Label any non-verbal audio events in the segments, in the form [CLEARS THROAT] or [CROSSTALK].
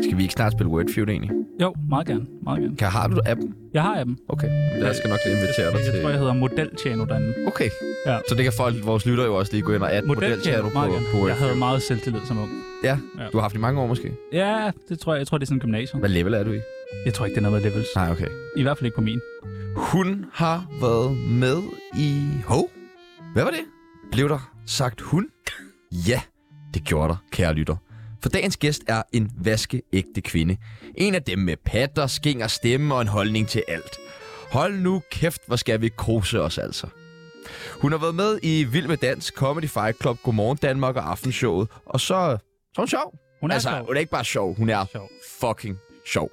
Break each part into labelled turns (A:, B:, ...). A: Skal vi ikke snart spille Wordfeud egentlig?
B: Jo, meget gerne. Meget gerne.
A: Kan, har du appen?
B: Jeg har appen.
A: Okay, jeg skal nok lige invitere dig
B: Jeg,
A: til...
B: jeg tror, jeg hedder modeltjano derinde.
A: Okay,
B: Ja.
A: så det kan folk, vores lytter jo også lige gå ind og adde modelchatter
B: Modeltjano,
A: på,
B: meget
A: på
B: gerne. Jeg
A: Wordfeud.
B: havde meget selvtillid som ung.
A: Ja,
B: Ja.
A: du har haft i mange år måske.
B: Ja, det tror jeg. Jeg tror, det er sådan en gymnasium.
A: Hvad level er du i?
B: Jeg tror ikke, det er noget med levels.
A: Nej, okay.
B: I hvert fald ikke på min.
A: Hun har været med i... Hov, hvad var det? Blev der sagt hun? Ja, det gjorde der, kære lytter. For dagens gæst er en vaskeægte kvinde. En af dem med patter, skinger, stemme og en holdning til alt. Hold nu kæft, hvor skal vi kose os altså. Hun har været med i Vild med Dans, Comedy Fight Club, Godmorgen Danmark og Aftenshowet. Og så, så er hun sjov.
B: Hun er
A: altså,
B: sjov.
A: hun er ikke bare sjov, hun er
B: sjov.
A: fucking sjov.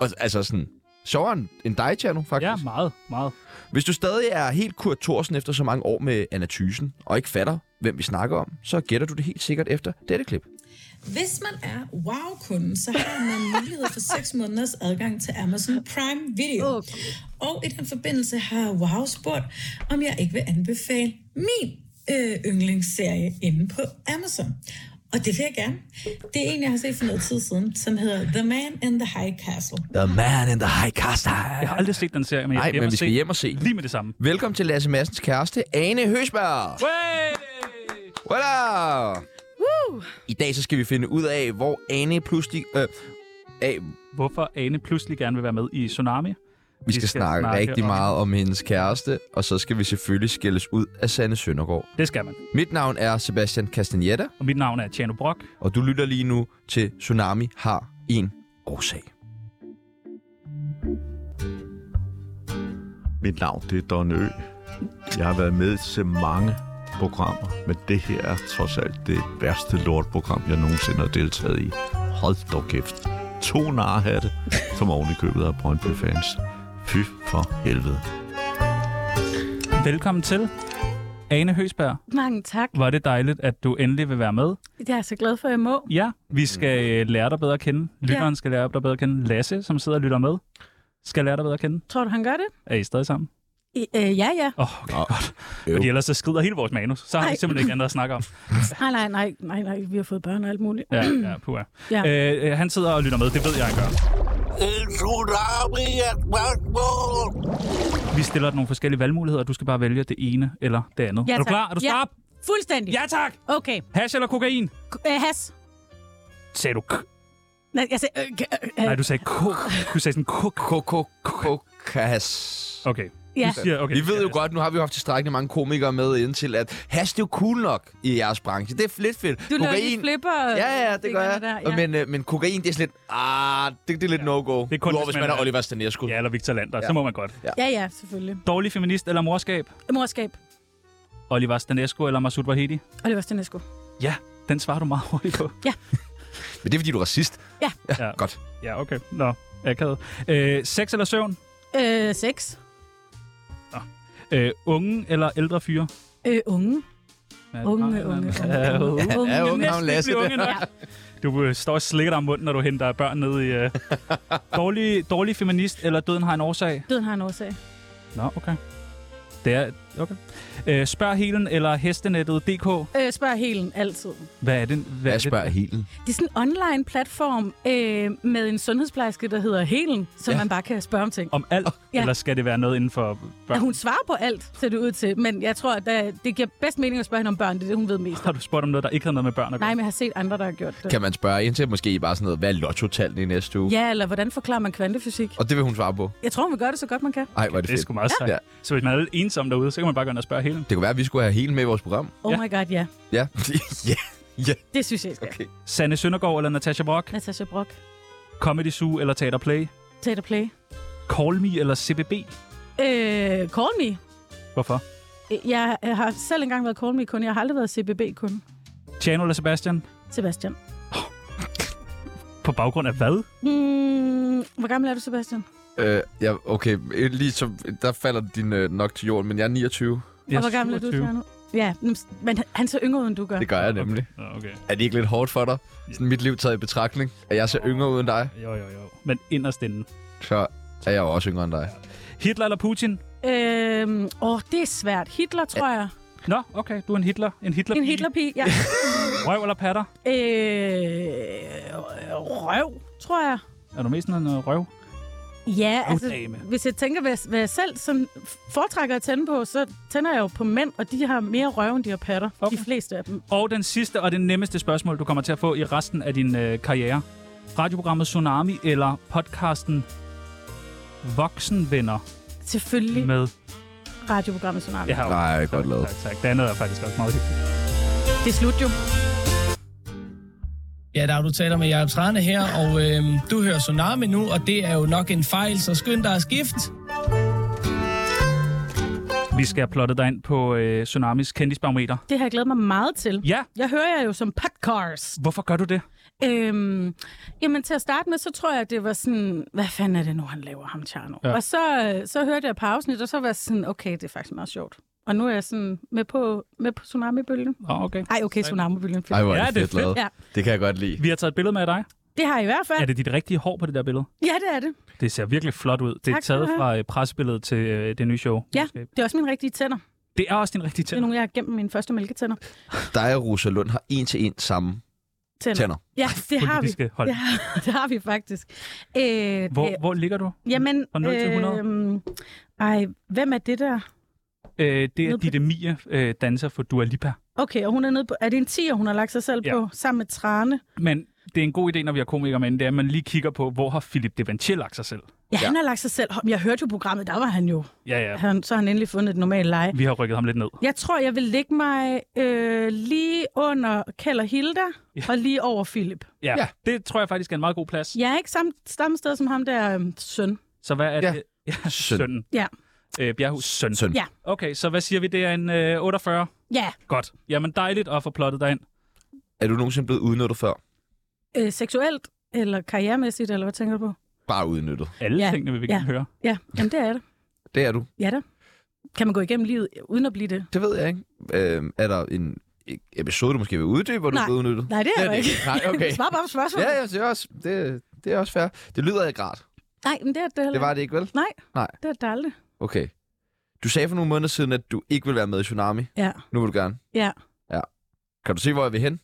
A: Og, altså sådan, sjovere end- end dig, Tjerno, faktisk.
B: Ja, meget, meget.
A: Hvis du stadig er helt Kurt Thorsen efter så mange år med Anna Thysen, og ikke fatter, hvem vi snakker om, så gætter du det helt sikkert efter dette klip.
C: Hvis man er wow-kunden, så har man mulighed for 6 måneders adgang til Amazon Prime Video.
D: Okay.
C: Og i den forbindelse har Wow spurgt, om jeg ikke vil anbefale min øh, yndlingsserie inde på Amazon. Og det vil jeg gerne. Det er en, jeg har set for noget tid siden, som hedder The Man in the High Castle.
A: The man in the high castle.
B: Jeg har aldrig set den serie, men jeg
A: Nej,
B: skal hjem
A: men
B: og
A: vi skal
B: se
A: hjem og se.
B: Lige med det samme.
A: Velkommen til Lasse Massens kæreste, Ane Høsberg.
B: Way!
A: Voilà! I dag så skal vi finde ud af, hvor Ane pludselig... Øh, af,
B: Hvorfor Ane pludselig gerne vil være med i Tsunami?
A: vi skal, snakke, rigtig meget om hendes kæreste, og så skal vi selvfølgelig skældes ud af Sanne Søndergaard.
B: Det skal man.
A: Mit navn er Sebastian Castaneda,
B: Og mit navn er Tjano Brock.
A: og du lytter lige nu til Tsunami har en årsag.
E: Mit navn det er Don Ø. Jeg har været med til mange programmer, men det her er trods alt det værste lortprogram, jeg nogensinde har deltaget i. Hold dog kæft. To narhatte, som oven i købet af Brøndby fans. Fy for helvede.
B: Velkommen til. Ane Høsberg,
D: Mange tak.
B: var det dejligt, at du endelig vil være med.
D: Jeg er så glad for, at jeg må.
B: Ja, vi skal øh, lære dig bedre at kende. Lytteren skal lære dig bedre at kende. Lasse, som sidder og lytter med, skal lære dig bedre at kende.
D: Tror du, han gør det?
B: Er I stadig sammen?
D: I, øh, ja, ja.
B: Åh, oh, okay, godt. Fordi ellers så skrider hele vores manus. Så har vi
D: Ej.
B: simpelthen ikke andet at snakke om.
D: Nej, nej, nej, nej, nej. Vi har fået børn og alt muligt.
B: Ja, ja, puha.
D: Ja.
B: Øh, øh, han sidder og lytter med. Det ved jeg, han gør.
F: En tsunami er et spørgsmål.
B: Vi stiller dig nogle forskellige valgmuligheder, og du skal bare vælge det ene eller det andet.
D: Ja,
B: er du
D: tak.
B: klar? Er du
D: Ja.
B: skarp?
D: Fuldstændig.
B: Ja, tak!
D: Okay.
B: Hash eller kokain?
D: K- øh, has.
B: Sagde du k?
D: Nej, jeg sagde... Øh, k- øh,
B: Nej,
D: øh,
B: du sagde k. Du sagde sådan k.
A: Kokokas.
B: Okay.
D: ja.
B: Du siger, okay.
A: Vi ved jo godt, nu har vi jo haft tilstrækkeligt mange komikere med indtil, at hash, det er jo cool nok i jeres branche. Det er lidt fedt.
D: Du laver lige flipper.
A: Ja, ja, det gør jeg.
D: Der, ja.
A: Men, øh, men kokain, det er sådan lidt... Ah, det, det er lidt no-go.
B: Det er kun,
A: Udover,
B: hvis
A: hvis man
B: man
A: er
B: er-
A: Oliver Stanescu.
B: Ja, eller Victor Lander, ja. så
A: Ja.
B: må man godt.
D: ja, ja, selvfølgelig.
B: Dårlig feminist eller morskab?
D: Morskab.
B: Oliver Stanesco eller Masud Vahedi?
D: Oliver Stanesco.
B: Ja, den svarer du meget hurtigt på.
A: Men det er, fordi du er racist.
D: Ja.
B: Ja.
A: Godt.
B: Ja, okay. Nå, akavet. Øh, sex eller søvn?
D: Øh, sex.
B: Øh, unge eller ældre fyre?
D: Øh, unge.
B: Ja,
D: Unge,
B: nej, nej,
D: unge,
B: nej. Ja,
D: unge, unge,
B: unge.
D: unge.
A: Ja, unge
B: Næsten
A: ham Lasse.
B: ikke blive
A: der.
B: unge
D: [LAUGHS]
B: nok. Du øh, står og slikker dig om munden, når du henter børn ned i...
A: [LAUGHS]
B: Øh. dårlig, dårlig feminist eller døden har en årsag?
D: Døden har en årsag.
B: Nå, okay. Det er... Okay. Øh, spørg helen eller hestenettet DK.
D: Øh, spørg helen altid.
B: Hvad er det? Hvad er
A: Hvad
B: det?
A: spørger helen?
D: Det er sådan en online platform øh, med en sundhedsplejerske, der hedder Helen,
A: Ja.
D: som ja. man bare kan spørge om ting.
B: Om alt? Ja.
D: Ja.
B: Eller skal det være noget inden for børn?
D: Ja, hun svarer på alt, ser det ud til. Men jeg tror, at der- det giver bedst mening at spørge hende om børn. Det er det, hun ved mest.
B: Har du spurgt om noget, der ikke havde noget med børn at gøre?
D: Nej, men jeg har set andre, der har gjort det.
A: Kan man spørge ind til måske bare sådan noget, hvad er lotto-tallene i næste uge?
D: Ja, eller hvordan forklarer man kvantefysik?
A: Og det vil hun svare på.
D: Jeg tror, hun vil gøre det så godt, man kan.
A: Ej, hvor er det
B: Det er
A: fedt.
B: sgu meget sejt.
A: Ja.
B: Ja. Så hvis man er lidt ensom derude, så kan man bare gå ind og spørge hele.
A: Det kunne være, at vi skulle have helen med i vores program.
D: Oh
B: Ja.
D: ja. my god, ja.
B: [LAUGHS]
A: Ja. ja.
D: Det synes jeg, jeg skal. Okay.
A: Okay.
B: Sanne Søndergaard eller Natasha Brock?
D: Natasha Brock,
B: Comedy Zoo eller Teater Play?
D: Teater Play.
B: Call Me eller CBB?
D: Øh, call me.
B: Hvorfor?
D: Jeg har selv engang været call me-kunde. Jeg har aldrig været CBB-kunde.
B: Tjano eller Sebastian?
D: Sebastian.
B: På baggrund af hvad?
D: Hmm, hvor gammel er du, Sebastian?
A: Øh, ja, okay. Lige så, der falder din øh, nok til jorden, men jeg er 29.
D: Og hvor gammel er du, Tjerno? Ja, men han ser yngre ud, end du gør.
A: Det gør jeg nemlig.
B: Ja, okay.
A: Er det ikke lidt hårdt for dig? Sådan mit liv taget i betragtning. At jeg ser yngre ud end dig,
B: Jo, jo, jo. Men inderst inden.
A: så er jeg jo også yngre end dig.
B: Hitler eller Putin?
D: Øhm, åh, det er svært. Hitler, tror jeg.
B: Nå, okay. Du er en Hitler. En Hitler.
D: [LAUGHS] En Hitlerpige, ja.
B: Røv eller patter?
D: Øh, røv, tror jeg.
B: Er du mest sådan en øh, røv?
D: Ja, altså,
B: dame.
D: hvis jeg tænker, hvad, hvad jeg selv sådan foretrækker at tænde på, så tænder jeg jo på mænd, og de har mere røv, end de har patter. Okay.
B: Okay.
D: De fleste af dem.
B: Og den sidste og den nemmeste spørgsmål, du kommer til at få i resten af din øh, karriere. Radioprogrammet Tsunami eller podcasten Voksenvenner
D: Selvfølgelig
B: med...
D: radioprogrammet Tsunami. Ja.
B: Ja, okay.
A: Nej, godt lavet.
B: tak, tak. Det andet er faktisk også meget hyggeligt.
D: Det er slut jo.
G: Ja, der er du taler med Jacob Trane her, og øh, du hører Tsunami nu, og det er jo nok en fejl, så skynd dig at skifte.
B: Vi skal have plottet dig ind på øh, Tsunamis kendisbarometer.
D: Det har jeg glædet mig meget til.
B: Ja,
D: Jeg hører jer jo som podcast.
B: hvorfor gør du det?
D: Øhm, jamen til at starte med, så tror jeg, det var sådan, hvad fanden er det nu, han laver ham, Tjerno?
B: Ja.
D: Ja. Og så, øh, så hørte jeg på afsnit, og så var jeg sådan, okay, det er faktisk meget sjovt. Og nu er jeg sådan med på, med på tsunamibølgen.
B: Oh, okay.
D: Ej, okay, tsunamibølgen.
A: Ej,
D: Fedt.
A: hvor
B: Ja,
A: er
B: det
A: det
B: er
A: fedt
B: fedt.
A: lavet.
D: Ja.
A: Det kan jeg godt lide.
B: Vi har taget et billede med af dig.
D: Det har jeg i hvert fald.
B: Er det dit rigtige hår på det der billede?
D: Ja, det er det.
B: Det ser virkelig flot ud. Det er
D: Tak skal
B: taget
D: du have.
B: fra øh, pressebilledet til øh, det nye show.
D: Ja, det er også mine rigtige tænder.
B: Det er også din rigtige
D: Det er
B: tænder.
D: nogle, jeg har gemt mine første mælketænder.
A: Dig og Rosa Lund har en til en samme
D: Tænder.
A: tænder.
D: Ja, det har vi.
B: Politiske hold.
D: Det har, [LAUGHS] det har vi faktisk. Øh,
B: Hvor,
D: øh,
B: hvor ligger du?
D: jamen,
B: fra 0 til 100?
D: Øh, ej, hvem er det der?
B: Øh, det er
D: Nede på-
B: Ditte Mia, øh, danser for Dua Lipa.
D: Okay, og hun er nede på... Er det en 10, hun har lagt sig selv
B: Ja.
D: ja. på, sammen med Trane?
B: Men det er en god idé, når vi har komikere med, det er, at man lige kigger på, hvor har Philip Devantier lagt sig selv.
D: Ja, han har lagt sig selv. Hov, men Jeg hørte jo programmet, der var han jo.
B: Ja, ja.
D: Han, så har han endelig fundet et normalt leje.
B: Vi har rykket ham lidt ned.
D: Jeg tror, jeg vil lægge mig øh, lige under Kjell og Hilda,
B: Ja.
D: ja. og lige over Philip.
B: Ja, ja,
A: Ja.
B: det tror jeg faktisk er en meget god plads.
D: Jeg er ikke samme, samme sted som ham der øh, søn.
B: Så hvad er
A: Ja.
B: det? Ja,
A: Søn.
B: sønnen.
D: Ja.
B: Øh, Bjerghus søn.
A: Søn.
D: Ja.
B: Okay, så hvad siger vi? Det er en øh, 48.
D: Ja,
B: Godt. Jamen dejligt at få plottet dig ind.
A: Er du nogensinde blevet udnyttet før?
D: øh, seksuelt eller karrieremæssigt, eller hvad tænker du på?
A: Bare udnyttet.
B: Alle ja.
D: Ja.
B: tingene vil vi gerne
D: Ja.
B: høre.
D: Ja, jamen det er det.
A: Det er du.
D: Ja da. Kan man gå igennem livet uden at blive det?
A: Det ved jeg ikke. Øh, er der en episode, du måske vil uddybe, hvor du er
D: Nej.
A: blevet udnyttet?
D: Nej, det er
A: det
D: jeg ikke. [LAUGHS]
A: Nej, okay.
D: Svar bare på spørgsmålet.
A: Ja, ja, det er også, det, det er også fair. Det lyder ikke rart.
D: Nej, men det er det heller
A: Det var det ikke, vel?
D: Nej,
A: Nej.
D: det er det aldrig.
A: Okay. Du sagde for nogle måneder siden, at du ikke ville være med i Tsunami.
D: Ja.
A: Nu vil du gerne.
D: Ja.
A: Ja. Kan du se, hvor jeg vil hen?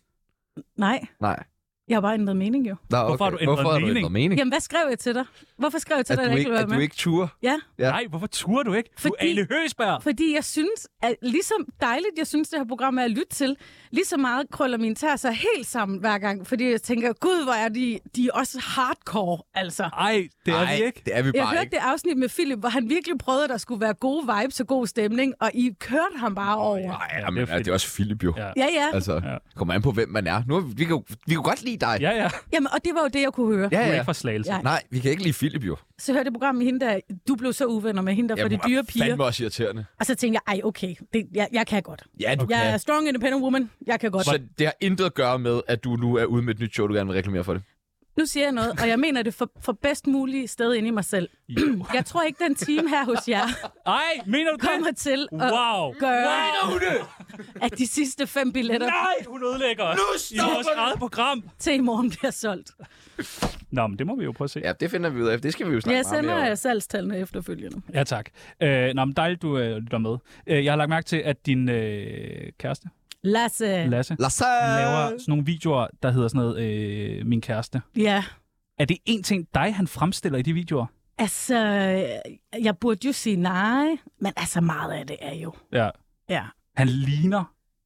D: Nej,
A: Nej.
D: jeg har bare ændret mening jo.
A: Nå, okay.
B: Hvorfor har du ændret
A: Hvorfor har du
B: mening?
A: ændret mening?
D: Jamen, hvad skrev jeg til dig? Hvorfor skrev jeg til
A: at
D: dig, at
A: du
D: jeg
A: ikke,
D: ikke ville
A: at du
D: være med?
A: ikke turer.
D: Ja,
A: Ja.
B: Ja. Nej, hvorfor turer du ikke? Fordi... Du er
D: Fordi-
B: Ale Høgsberg.
D: fordi jeg synes, at ligesom dejligt, jeg synes, det her program er at lytte til, lige så meget krøller mine tær sig helt sammen hver gang, fordi jeg tænker, gud, hvor er de, de er også hardcore, altså.
B: Ej, det er
A: Nej,
B: vi ikke.
A: det Ah, er vi
D: Jeg
A: bare
D: hørte
A: ikke.
D: det afsnit med Philip, hvor han virkelig prøvede, at der skulle være gode vibes og god stemning, og I kørte ham bare over. Ja,
A: Nej,
B: Ja,
A: ja, men,
B: det er
A: det, er det er også Philip jo.
B: Ja.
A: Ja.
D: ja. ja.
A: ah. Altså,
B: Ja.
A: ja. kommer an på, hvem man er. Nu, er vi- vi, kan, jo- vi kan jo godt lide dig.
B: Ja, ja.
D: Jamen, og det var jo det, jeg kunne høre.
B: Du
A: ja.
B: er
A: ja.
B: ikke fra Slagelse.
D: Ja.
A: Nej, vi kan ikke lide Philip jo.
D: Så hørte jeg programmet med hende der, du blev så uvenner med hende der for de
A: hun er
D: dyre piger.
A: fandme også irriterende.
D: Og så tænkte jeg, ej, okay, det, jeg, jeg kan godt.
A: Ja, du
D: Jeg er
A: kan.
D: strong, independent woman. Jeg kan godt.
A: Så det har intet at gøre med, at du nu er ude med et nyt show, du gerne vil reklamere for det.
D: Nu siger jeg noget, og jeg mener det for, for bedst muligt sted inde i mig selv. [CLEARS THROAT] jeg tror ikke, den time her
A: [LAUGHS]
D: hos jer
B: Ej, mener du
D: kommer
B: det?
D: til at
B: Wow.
D: gøre,
B: Wow.
D: at de sidste fem billetter
B: Nej, hun ødelægger os. I vores eget program.
D: til i morgen bliver solgt.
B: Nå, men det må vi jo prøve at se.
A: Ja, det finder vi ud af. Det skal vi jo snakke
D: Jeg
A: meget
D: sender
A: mere
D: jer
A: om.
D: salgstallene efterfølgende.
B: Ja, tak. Øh, nå, men dejligt, du øh, lytter med. Øh, jeg har lagt mærke til, at din øh, kæreste,
D: Lasse,
B: Lasse,
A: Lasse!
B: laver sådan nogle videoer, der hedder sådan noget, øh, min kæreste.
D: ja,
B: Er det en ting, dig han fremstiller i de videoer?
D: altså, jeg burde jo sige nej, men altså meget af det er jo,
B: Ja.
D: ja,
B: Han ligner.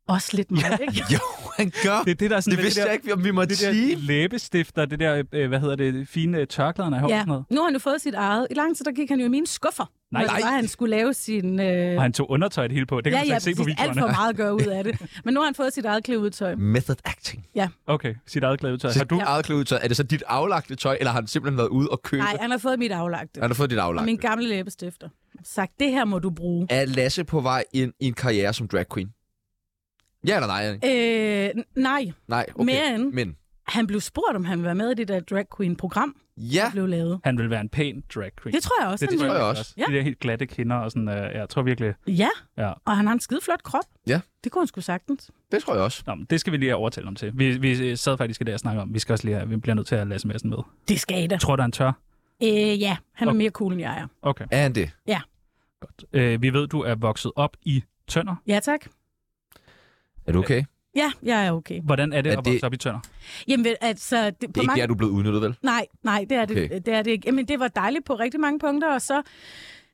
D: også lidt meget, ja. ikke?
A: [LAUGHS] Jo, han gør.
B: Det er det, der er sådan
A: Det
B: lidt
A: vidste
B: det der,
A: jeg ikke, om vi måtte
B: det der
A: sige.
B: læbestifter, det der, øh, hvad hedder det, fine øh, tørklæderne i håret og
D: Ja,
B: sådan noget.
D: nu har han jo fået sit eget. I lang tid, der gik han jo i mine skuffer,
B: Nej,
D: når det
A: nej.
D: var, han skulle lave sin... Øh...
B: Og han tog undertøjet hele på. Det kan
D: ja,
B: man så
D: ja,
B: ikke se på
D: præcis. alt
B: videoerne.
D: for meget gør ud af det. Men nu har han fået sit
B: [LAUGHS]
D: eget klæudtøj.
A: Method acting.
B: Okay, sit eget klædetøj.
A: Så
B: Har
A: du
B: du,
D: Ja.
A: eget klædetøj, er det så dit aflagte tøj, eller har han simpelthen været ude og købe?
D: Nej, han har fået mit aflagte.
A: Han har fået dit
D: Og
A: aflagte.
D: min gamle læbestifter. Sagt, det her må du bruge.
A: Er Lasse på vej ind i en karriere som drag queen? Ja eller nej? Anne?
D: Øh, n- nej,
A: Nej, okay.
D: Men-
A: Men.
D: han blev spurgt, om han ville være med i det der drag queen-program,
A: Ja,
D: der blev lavet.
B: han vil være en pæn drag queen.
D: Det tror jeg også.
B: det, det
D: han
B: tror
D: vil.
B: jeg
A: jeg
B: også.
A: også.
B: Ja. De der helt glatte kinder og sådan, øh, jeg tror virkelig...
D: Ja,
B: Ja.
D: og han har en skide flot krop.
A: Ja.
D: Det kunne han sgu sagtens.
A: det tror jeg også.
B: Nå, men det skal vi lige have overtalt om til. Vi, vi sad faktisk i dag og snakkede om, vi skal også lige have, vi bliver nødt til at lade Lasse Madsen med.
D: Det skal I da.
B: Tror du, han tør?
D: Øh, ja, han er
B: Okay.
D: mere cool, end jeg er.
B: Okay.
A: Er han det?
B: Øh, vi ved, du er vokset op i Tønder.
D: Ja, tak.
A: Er du okay?
D: Ja, jeg er okay.
B: Hvordan er det
A: Er
B: at vokse
A: det-
B: op i Tønder?
D: Jamen, ved- altså... Det,
A: Det er ikke der, du er blevet udnyttet, vel?
D: Nej, nej, det er det,
A: Okay.
D: okay. det er det ikke. Jamen, det var dejligt på rigtig mange punkter, og så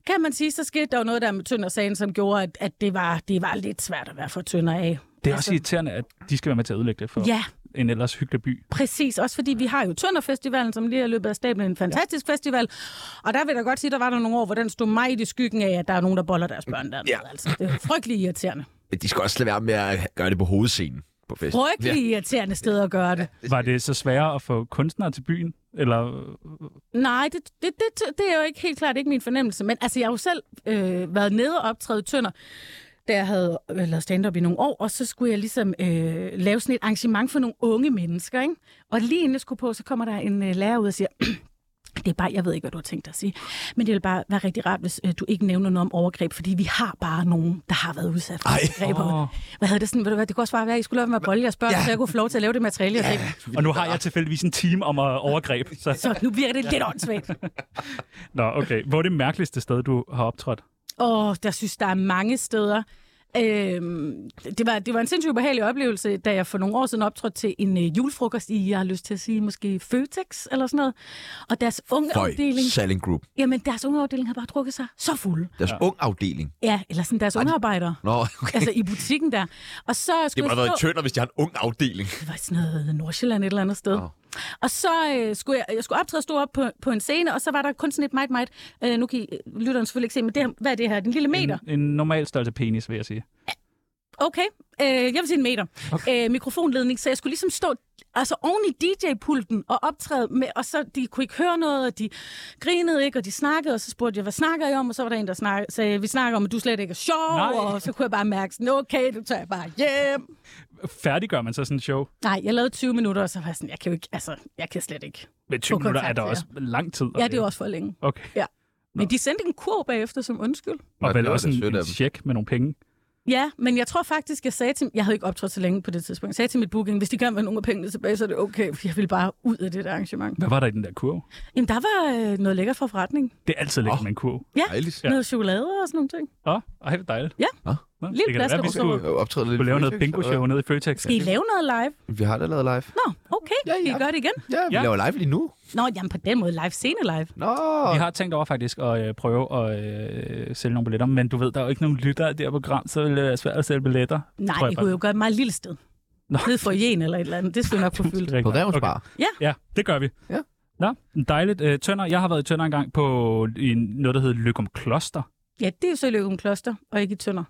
D: kan man sige, så skete der jo noget der med Tøndersagen, som gjorde, at, at det, var, det var lidt svært at være for Tønder af.
B: Det er også irriterende, at de skal være med til at ødelægge det for
D: Altså- Ja,
B: en ellers hyggelig by.
D: præcis. Også fordi vi har jo Tønderfestivalen, som lige er løbet af stablen. En fantastisk ja. festival. Og der vil jeg da godt sige, der var der nogle år, hvor den stod mig i skyggen af, at der er nogen, der boller deres børn dernede.
A: Ja.
D: Ja. Altså, det er jo frygtelig irriterende.
A: De skal også lade være med at gøre det på hovedscenen på festen.
D: Frygtelig irriterende sted at gøre det.
B: Var det så sværere at få kunstnere til byen? Eller
D: Nej, det, det, det, det er jo ikke helt klart ikke min fornemmelse. Men altså, jeg har jo selv øh, været nede og optræde i tønder, da jeg havde øh, lavet stand-up i nogle år, og så skulle jeg ligesom øh, lave sådan et arrangement for nogle unge mennesker, ikke? Og lige inden jeg skulle på, så kommer der en øh, lærer ud og siger, [CLEARS THROAT] det er bare, jeg ved ikke, hvad du har tænkt dig at sige, men det vil bare være rigtig rart, hvis øh, du ikke nævner noget om overgreb, fordi vi har bare nogen, der har været udsat for overgreb.
B: Åh.
D: Oh. Hvad havde det sådan, ved du hvad, det kunne også bare være, at I skulle lade være med at bolle jeres børn, ja. så jeg kunne få lov til at lave det materiale, jeg ja.
B: Og nu har
A: Ah,
B: jeg tilfældigvis en time om at overgreb. Så.
D: Så nu virker det lidt åndssvagt.
B: Nå, okay. Hvor er det mærkeligste sted, du har optrådt?
D: Åh, der synes, der er mange steder. Øhm, det, var, det var en sindssygt ubehagelig oplevelse, da jeg for nogle år siden optrådte til en øh, julefrokost i, jeg har lyst til at sige, måske Føtex eller sådan noget. Og deres
A: Føj,
D: ungeafdeling,
A: Selling Group.
D: jamen deres ungeafdeling havde bare drukket sig så fuld.
A: Deres ja. ung afdeling.
D: Ja, eller sådan deres ungearbejdere.
A: Nå, okay.
D: Altså i butikken der. Og så
A: Det
D: skulle
A: må
D: jeg
A: have været
D: stå-
A: i tønder, hvis de har en ung afdeling.
D: det var sådan noget Nordsjælland et eller andet sted.
A: Nå.
D: Oh. Og så øh, skulle jeg, jeg skulle optræde og stå op på, på en scene, og så var der kun sådan et meget, meget... Øh, nu kan I, lytteren selvfølgelig ikke se, men det, her- hvad er det her? Den lille meter?
B: En, en normal størrelse penis, vil jeg sige.
D: Okay, øh, jeg vil sige en meter. Okay. Øh, mikrofonledning, så jeg skulle ligesom stå altså oven i DJ-pulten og optræde med, og så de kunne ikke høre noget, og de grinede ikke, og de snakkede, og så spurgte jeg, hvad snakker I om? Og så var der en, der snak, sagde, vi snakker om, at du slet ikke er sjov,
B: Nej.
D: Nej. og så kunne jeg bare mærke sådan, okay, nu tager jeg bare hjem.
B: Færdiggør man så sådan en show?
D: Nej, jeg lavede 20 minutter, og så var jeg sådan, jeg kan jo ikke, altså, jeg kan slet ikke.
B: Men 20
D: På
B: minutter er
D: kontakt,
B: der
D: ja.
B: også lang tid. og
D: Ja, det er jo også for længe.
B: Okay.
D: Ja. Men de sendte en kur bagefter som undskyld.
A: Nå,
B: Og
A: det
B: vel
A: var
B: også
A: da
B: en,
A: sødt af
B: en
A: dem.
B: check med nogle penge.
D: Ja, men jeg tror faktisk, jeg sagde til... Jeg havde ikke optrådt så længe på det tidspunkt. Jeg sagde til mit booking, hvis de kan være nogle af pengene tilbage, så er det okay, for jeg vil bare ud af det der arrangement.
B: Hvad var der i den der kurv?
D: Jamen, der var øh, noget lækker fra forretning.
B: Det er altid lækkert med en kurv.
D: Ja,
A: Dejligt.
D: ja, noget chokolade og sådan nogle ting.
B: Åh, ej, hvor dejligt.
D: Ja.
B: Nå, det kan da
D: plads
B: være,
D: til
B: vi
D: Rosenborg.
B: skulle,
A: Jeg optræder lidt.
B: skulle lave
A: i
B: noget
A: Føtex,
B: bingo-show nede i Føtex.
D: Skal I lave noget live?
A: eller- Vi har da lavet live.
D: Nå, okay, ja, ja. I gør det igen.
A: Ja, vi
B: Ja.
A: laver live lige nu.
D: Nå, jamen på den måde live, scene live.
A: Nå.
B: Vi har tænkt over faktisk at øh, prøve at øh, sælge nogle billetter, men du ved, der er jo ikke nogen lyttere i det her program, så vil det være svært at sælge billetter.
D: Nej,
B: tror jeg
D: I
B: bare.
D: kunne jo gøre et meget lille sted.
B: Nå.
D: Nede for jen eller et eller andet. Det skulle nok kunne fylde.
A: På Revens Bar.
B: Ja, det gør vi.
A: Ja.
B: Nå, dejligt. Øh, Tønder, jeg har været i Tønder engang på i noget, der hedder Lykum Kloster.
D: Ja, det er jo så i Løgum Kloster, og ikke i Tønder.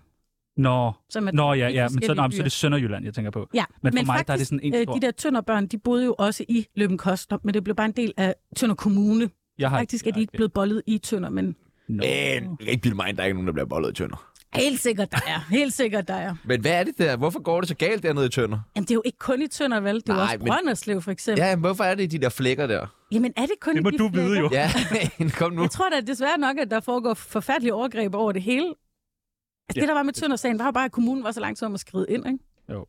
B: Nå,
D: Som er
B: Nå ja,
D: vidt
B: ja men så,
D: forskellige
B: nej, men så er
D: byer.
B: det Sønderjylland, jeg tænker på.
D: Ja,
B: Men for mig, der er
D: faktisk,
B: det sådan en
D: øh,
B: stor-
D: De der tønderbørn, de boede jo også i Løben Koster, men det blev bare en del af Tønder Kommune.
B: Jeg har
D: Faktisk er de
B: jeg-
D: ikke blevet bollet i Tønder, men
B: Nå.
A: Men, jeg kan ikke bilde mig ind, der er ikke nogen, der bliver bollet i tønder.
D: helt sikkert der er. Helt sikkert der er.
A: Men hvad er det der? Hvorfor går det så galt dernede i tønder?
D: Jamen, det er jo ikke kun i Tønder, vel? Det er jo
A: Nej,
D: også
A: men-
D: Brønderslev, for eksempel.
A: Ja, jamen, hvorfor er det i de der flækker der?
D: Jamen, er det kun
B: Det må
D: i de
B: du vide
D: flækker?
B: jo.
A: Ja, [LAUGHS] kom nu.
D: Jeg tror da desværre nok, at der foregår forfærdelige overgreb over det hele. Altså, ja.
B: Ja.
D: Det, der var med Tøndersagen, var jo bare, at kommunen var så langt om at skride ind, ikke?
B: Jo.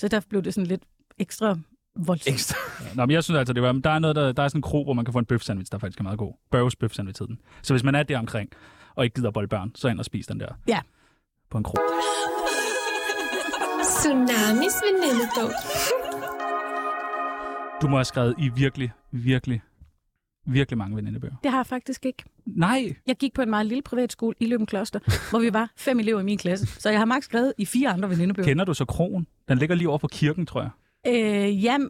D: Så derfor blev det sådan lidt ekstra voldsomt.
A: Ekstra.
B: Nå, men jeg synes altså, det var, men der er, noget, der, der er sådan en kro, hvor man kan få en bøf sandwich, der faktisk er meget god. Børges bøf sandwich hed den. Så hvis man er der omkring og ikke gider bolle børn, så ind og spis den der.
D: Ja.
B: På en kro.
H: Tsunamis venindebog.
B: Du må have skrevet i virkelig, virkelig, virkelig mange venindebøger.
D: Det har jeg faktisk ikke.
B: Nej,
D: Jeg gik på en meget lille privatskole i Løben Kloster, hvor vi var fem elever i min klasse. Så jeg har maks skrevet i fire andre venindebøger.
B: kender du så kroen? Den ligger lige over på kirken, tror jeg.
D: Øh, ja, mm,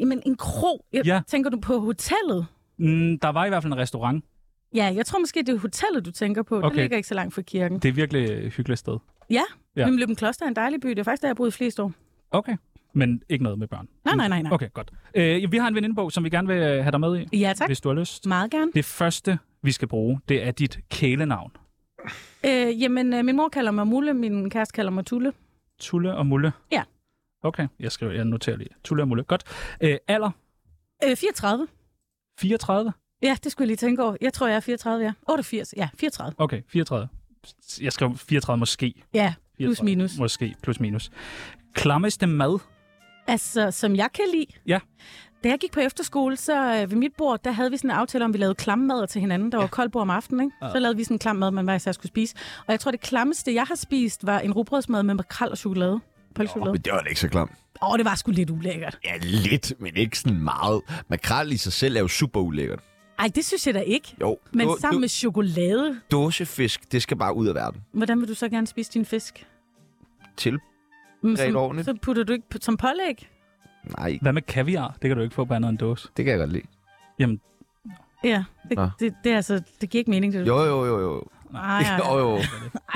D: jamen, en krog. Jeg,
B: Ja.
D: ja. Tænker du på hotellet?
B: Mm, der var i hvert fald en restaurant.
D: Ja, jeg tror måske, det er hotellet, du tænker på. Okay. Det
B: Okay.
D: ligger ikke så langt fra kirken.
B: Det er virkelig et hyggeligt sted.
D: Ja,
B: Ja.
D: ja. men Løben Kloster er en dejlig by. Det er faktisk der, jeg har boet i flest år.
B: Okay. Men ikke noget med børn.
D: Nej, nej, nej, nej.
B: Okay, godt. Øh, vi har en venindebog, som vi gerne vil øh, have dig med i,
D: Ja, tak.
B: hvis du har lyst.
D: Meget gerne.
B: Det første, vi skal bruge, det er dit kælenavn.
D: Øh, jamen, øh, min mor kalder mig Mulle, min kæreste kalder mig Tulle.
B: Tulle og Mulle?
D: Ja.
B: Okay, jeg skriver, jeg noterer lige. Tulle og Mulle, godt. Øh, alder?
D: Øh, 34.
B: 34?
D: Ja, det skulle jeg lige tænke over. Jeg tror, jeg er 34, ja. 88, ja, 34.
B: Okay, 34. Jeg skrev 34 måske.
D: Ja,
B: 34.
D: plus minus.
B: Måske, plus minus. Klammeste mad?
D: Altså, som jeg kan lide.
B: Ja.
D: Da jeg gik på efterskole, så øh, ved mit bord, der havde vi sådan en aftale om, at vi lavede klammemader til hinanden. Der var koldt bord om aftenen, ikke? Så lavede vi sådan en klammemad, man hver især skulle spise. Og jeg tror, det klammeste, jeg har spist, var en rugbrødsmad med makrel og chokolade. Polchokolade.
A: Men det var da ikke så klamt.
D: Åh, oh, det var sgu lidt ulækkert.
A: Ja, lidt, men ikke sådan meget. Makrel i sig selv er jo super ulækkert.
D: Ej, det synes jeg da ikke.
A: Jo,
D: Men
A: du-
D: sammen
A: du-
D: med chokolade,
A: Dåsefisk, det skal bare ud af verden.
D: hvordan vil du så gerne spise din fisk?
A: Til?
D: Mm,
A: Rent
D: som,
A: ordentligt.
D: så putter du ikke på, som pålæg?
A: Nej,
B: Hvad med kaviar? Det kan du ikke få på andet end dåse.
A: det kan jeg godt lide.
D: Ja, det,
A: Nå.
D: det, det, er altså, det giver ikke mening. Det,
A: Jo, jo, jo, jo.
D: Ej, ej.
A: [LAUGHS] jo, jo.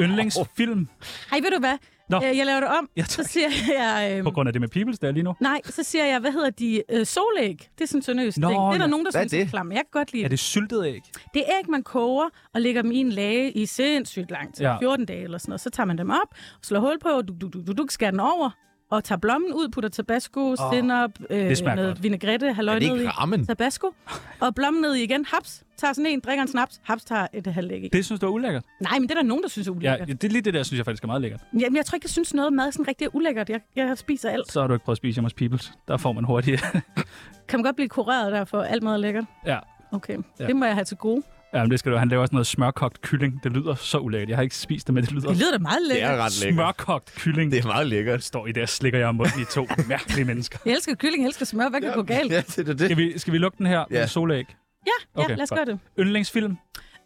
B: Yndlingsfilm
D: Ej, ved du hvad?
B: Nå.
D: Øh, Jeg laver det om,
B: Ja,
D: så siger jeg...
B: på
D: Øhm,
B: grund af det med Peoples der lige nu.
D: nej, så siger jeg, hvad hedder de? Øh, solæg. Det er sådan en sønderjysk
B: Nå,
D: ting. Det er der
B: ja.
D: nogen, der
A: Hvad er
D: synes er
A: det?
D: klam. Jeg kan godt lide
B: Er
D: det.
B: det syltet æg?
D: Det er æg, man koger og lægger dem i en lage i sindssygt lang tid.
B: Ja.
D: Ja. 14 dage eller sådan noget. Så tager man dem op, slår hul på, du, du, du, du, du skærer den over, og tager blommen ud, putter tabasco, oh, sinap, øh,
B: smager
D: noget
B: godt.
D: vinaigrette,
A: Er
D: halvøj
A: det
D: ned i.
A: ikke ramen? [LAUGHS]
D: Tabasco, og blommen ned i igen. Haps, tager sådan en, drikker en snaps. Haps tager et halvt æg i.
B: Det synes du er ulækkert?
D: Nej, men det er der nogen, der synes er
B: Ja,
D: ulækkert.
B: det er lige det der, synes jeg faktisk er meget lækkert.
D: Ja. Jamen, jeg tror ikke, jeg synes noget mad sådan rigtig er ulækkert. Jeg, jeg spiser alt.
B: Så har du ikke prøvet at spise hjemme hos Peoples. Der får man hurtigt. [LAUGHS]
D: Kan man godt blive kureret derfor, alt mad er lækkert?
B: ja.
D: Okay,
B: Ja.
D: ja. det må jeg have til gode.
B: Jamen, det skal du. Han laver sådan noget smørkogt kylling. Det lyder så ulækkert. Jeg har ikke spist det, men det lyder...
D: Det lyder da meget
A: Det
D: lækkert.
A: er ret lækkert.
B: smørkogt kylling.
A: Det er meget lækkert.
B: står I der, slikker jeg om munden i to mærkelige mennesker.
D: Jeg elsker kylling, jeg elsker smør. Hvad kan gå galt?
A: Ja, det er det.
B: Skal vi, skal vi lukke den her
A: Ja.
B: med solæg?
D: Ja, ja
B: Okay,
D: lad os
B: godt.
D: gøre det.
B: Yndlingsfilm?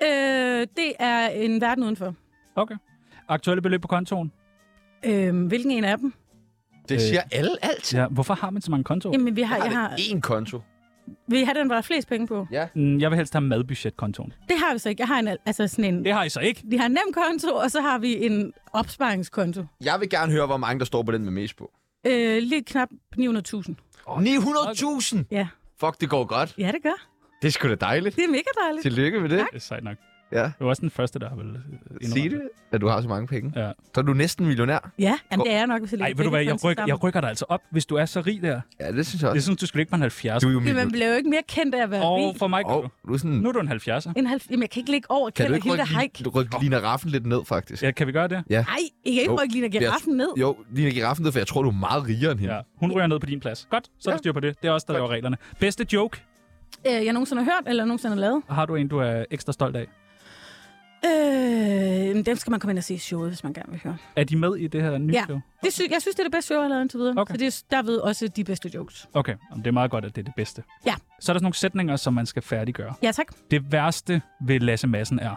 D: Øh, det er en verden udenfor.
B: Okay. Aktuelle beløb på kontoen?
D: Øh, hvilken en af dem?
A: Det siger alle altid.
B: Ja, hvorfor har man så mange kontoer?
D: Jamen, vi har, jeg har,
A: én konto.
D: vi har den, hvor der er flest penge på.
B: Mm, Jeg vil helst have madbudgetkontoen.
D: Det har vi så ikke. Jeg har en, al- altså sådan en,
B: Det har I så ikke.
D: vi har en nem konto, og så har vi en opsparingskonto.
A: Jeg vil gerne høre, hvor mange der står på den med mest på.
D: Øh, lige knap 900.000.
A: 900.000!
D: Ja.
A: Fuck, det går godt.
D: Ja, det gør.
A: Det er sgu da dejligt.
D: Det er mega dejligt.
A: Tillykke med det.
B: Det er sejt nok.
A: Ja.
B: Det var også den første, der har vel øh, indrømmet
A: Sig det, at du har så mange penge.
B: Ja.
A: Så er du næsten millionær.
D: Ja, jamen, det er jeg nok, hvis jeg
B: Ej, ved du hvad, jeg rykker, jeg rykker dig altså op, hvis du er så rig der.
A: Ja, det synes jeg
B: Jeg
A: også.
B: synes, du skulle ikke være en 70.
A: Du er jo
D: rykker. Man
A: millionær.
D: bliver jo ikke mere kendt af at være
B: Og
D: rig.
B: for mig,
A: Og
B: oh.
A: du er sådan...
B: nu er du en 70'er.
D: En halv... Jamen, jeg kan ikke ligge over
A: Kan du
D: Kjeld og
A: ikke
D: Hilda Haik.
A: rykke, du rykke Lina Raffen lidt ned, faktisk?
B: Ja, kan vi gøre det?
D: Nej, jeg kan ikke
A: Jo.
D: rykke Lina Giraffen ned.
A: Jo, Lina Giraffen ned, for jeg tror, du er meget rigere end hende.
B: Ja. Hun ryger ned på din plads. Godt, så er der styr på det. Det er også der laver reglerne. Bedste joke
D: Øh, jeg nogensinde har hørt, eller nogensinde har lavet.
B: har du en, du er ekstra stolt af?
D: Øh, men dem skal man komme ind og se i showet, hvis man gerne vil høre.
B: Er de med i det her nye
D: Ja.
B: show?
D: Det sy- jeg synes, det er det bedste show, jeg har lavet indtil videre.
B: Okay.
D: Så det er derved også de bedste jokes.
B: Okay, Jamen, det er meget godt, at det er det bedste.
D: Ja.
B: Så er der sådan nogle sætninger, som man skal færdiggøre.
D: Ja, tak.
B: Det værste ved Lasse Madsen er...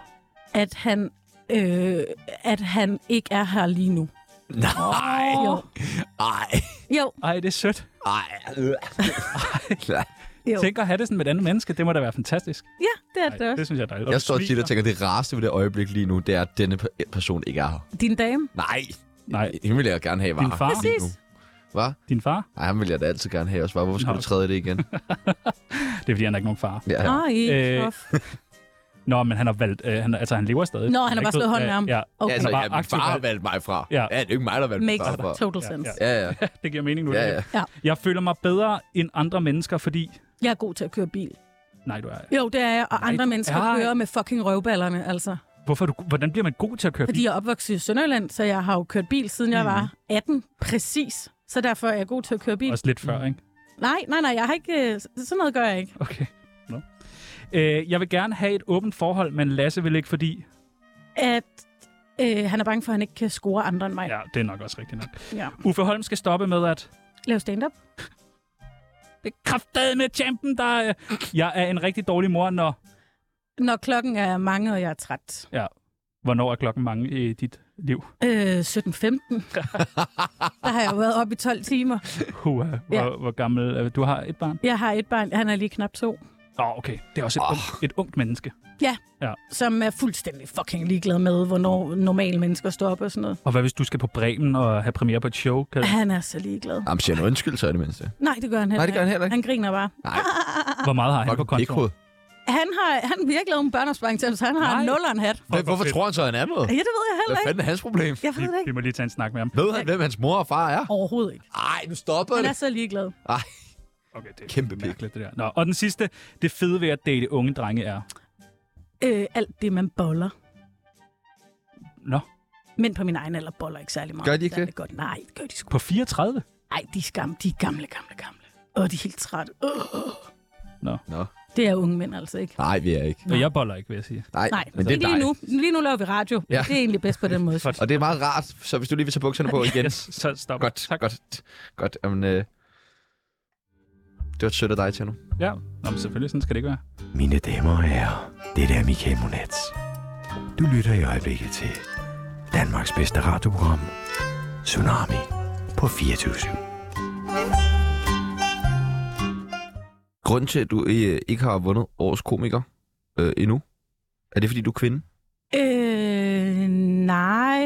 D: At han, øh, at han ikke er her lige nu.
A: Nej,
D: Jo.
A: nej,
D: Jo,
B: Ej, det er sødt. [LAUGHS]
A: nej.
D: jo.
B: Tænk at have det sådan med et andet menneske. Det må da være fantastisk.
D: Ja, det er
B: Ej,
D: det også.
B: det synes jeg er dejligt. Og
A: Jeg
B: du
A: står tit
B: smiler.
A: og tænker, at det rareste ved det øjeblik lige nu, det er, at denne pe- person ikke er her.
D: Din dame.
A: Nej,
B: Nej,
A: hende vil jeg gerne have, var
B: Din
A: her
B: far?
A: lige nu.
D: Præcis.
A: Hvad?
B: din far?
A: Nej, ham vil jeg da altid gerne have også. Bare, hvorfor skulle
B: Nå.
A: du træde i det
B: [LAUGHS]
A: igen?
B: Det er, fordi han er ikke nogen far.
A: Ja, ja.
D: Ej,
B: Øh,
D: tof.
B: Nå, men han har valgt... Øh, han, altså, han lever stadig.
D: Nå, han
B: er
D: har bare
B: ikke
D: slået
B: død.
D: hånden
B: Ja,
D: af ham.
B: Ja,
D: Okay.
A: Altså,
B: Han har bare
A: ja, min
B: aktivt
A: far har
B: valgt-
A: valgt mig fra.
B: Ja.
A: Ja, det er jo ikke mig, der har valgt min
D: Makes
A: far fra.
D: total
B: Ja,
D: sense.
A: Ja, ja.
B: det giver mening nu.
A: Ja,
B: alligevel.
A: ja.
B: Jeg føler mig bedre end andre mennesker, fordi...
D: Jeg er god til at køre bil.
B: Nej, du er...
D: Jo, det er jeg, og
B: Nej,
D: andre
B: du
D: mennesker
B: er-
D: kører med fucking røvballerne, altså.
B: Hvorfor er du... Hvordan bliver man god til at køre
D: Fordi jeg er opvokset i Sønderjylland, så jeg har jo kørt bil, siden jeg
B: Mhm.
D: var 18, præcis. Så derfor er jeg god til at køre
B: bil?
D: bil.
B: Også lidt før, ikke?
D: Nej, nej, nej, jeg har ikke... øh, s- Sådan noget gør jeg ikke.
B: Okay. No. Øh, jeg vil gerne have et åbent forhold, men Lasse vil ikke, fordi...
D: At øh, han er bange for, at han ikke kan score andre end mig. Ja.
B: Ja, det er nok også rigtigt nok.
D: ja.
B: Uffe Holm skal stoppe med at...
D: Lav stand-up.
B: Det er med champen, der... øh, Jeg er en rigtig dårlig mor, når...
D: Når klokken er mange, og jeg er træt.
B: Hvornår er klokken mange i dit liv?
A: [LAUGHS]
D: Øh, 17.15. der har jeg jo været oppe i 12 timer.
B: Hua, hvor, ja.
D: Ja.
B: hvor gammel... øh, Du har et barn?
D: Jeg har et barn, han er lige knap to,
B: Åh, oh, okay. Det er også et, oh. ungt, et ungt menneske.
D: som er fuldstændig fucking ligeglad med, hvornår normale mennesker står op og sådan noget.
B: Og hvad hvis du skal på Bremen og have premiere på et show?
D: [LAUGHS]
B: Kan...
D: Han er så ligeglad.
A: Jamen, siger han undskyld, så er det mindste.
D: Nej, det gør han heller
A: Nej, det gør han heller ikke.
D: Han griner bare.
A: Nej,
B: Hvor meget har han på
A: fucking
B: kontoen?
A: pikhoved.
D: Han har han virkelig lavet en børneopsparing til ham, så han har
B: Nej.
D: en nulleren hat.
A: Men Hvorfor tror han så, han er noget?
D: Ja, det ved jeg
A: Hvad
D: heller ikke.
A: fanden er hans problem?
D: Jeg ved
B: Vi,
D: det
B: vi
D: ikke.
B: må lige tage en snak med ham.
A: Ved han, hvem hans mor og far er?
D: Overhovedet ikke.
A: Ej, nu stopper
D: Han er
A: det.
D: så ligeglad.
A: Ej,
B: Okay, det er
A: Kæmpe pik.
B: mærkeligt, det der. Nå, og den sidste. Det fede ved at date unge drenge er...
D: Øh, alt det, man boller.
B: Nå,
D: Men på min egen alder boller ikke særlig meget.
A: Gør de ikke
D: Særlig
A: det?
D: Godt. Nej, det gør de sgu.
B: på 34?
D: Ej, de er, skam, de er gamle, gamle, gamle. Åh, de er helt trætte. Øh.
B: Nå.
A: Nå.
D: Det er unge mænd altså ikke.
A: Nej, vi er ikke.
B: Og jeg boller ikke, vil jeg sige.
A: Nej,
D: Nej,
A: men det er
D: lige,
A: dig.
D: nu, lige nu laver vi radio.
A: Ja.
D: Ja. Det er egentlig bedst på den
B: [LAUGHS]
D: måde.
B: For-
A: Og det er meget rart, så hvis du lige vil tage bukserne
D: [LAUGHS]
A: på igen.
B: Yes, så stop.
A: Godt,
B: tak.
A: godt, godt. Jamen, øh, det var sødt af dig, Tjerno.
B: Ja, Nå, men selvfølgelig, sådan skal det ikke være.
I: Mine damer og herrer, det er Michael Monats. Du lytter i øjeblikket til Danmarks bedste radioprogram, Tsunami på 24
A: Grunden til, at du øh, ikke har vundet årets komiker øh, endnu, er det, fordi du er kvinde?
D: Øh, nej.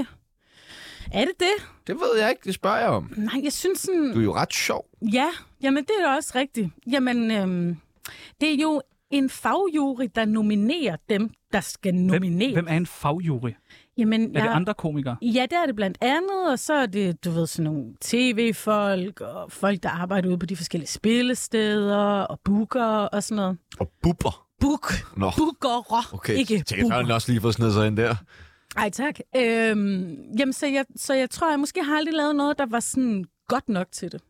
D: Er det det?
A: Det ved jeg ikke, det spørger jeg om.
D: Nej, jeg synes sådan...
A: Du er jo ret sjov.
D: Ja, jamen det er da også rigtigt. Jamen, øhm, det er jo en fagjury, der nominerer dem, der skal nominere.
B: Hvem er en fagjury?
D: Jamen,
B: Er det
D: jeg,
B: andre komikere?
D: ja, det er det blandt andet, og så er det, du ved, sådan nogle tv-folk, og folk, der arbejder ude på de forskellige spillesteder, og booker og sådan noget.
A: Og buber.
D: Book.
A: Nå.
D: Bookerer, ikke booker.
A: også lige fået sned sig ind der.
D: Ej, tak. Øhm, jamen, så jeg, så jeg tror, jeg måske har aldrig lavet noget, der var sådan godt nok til det.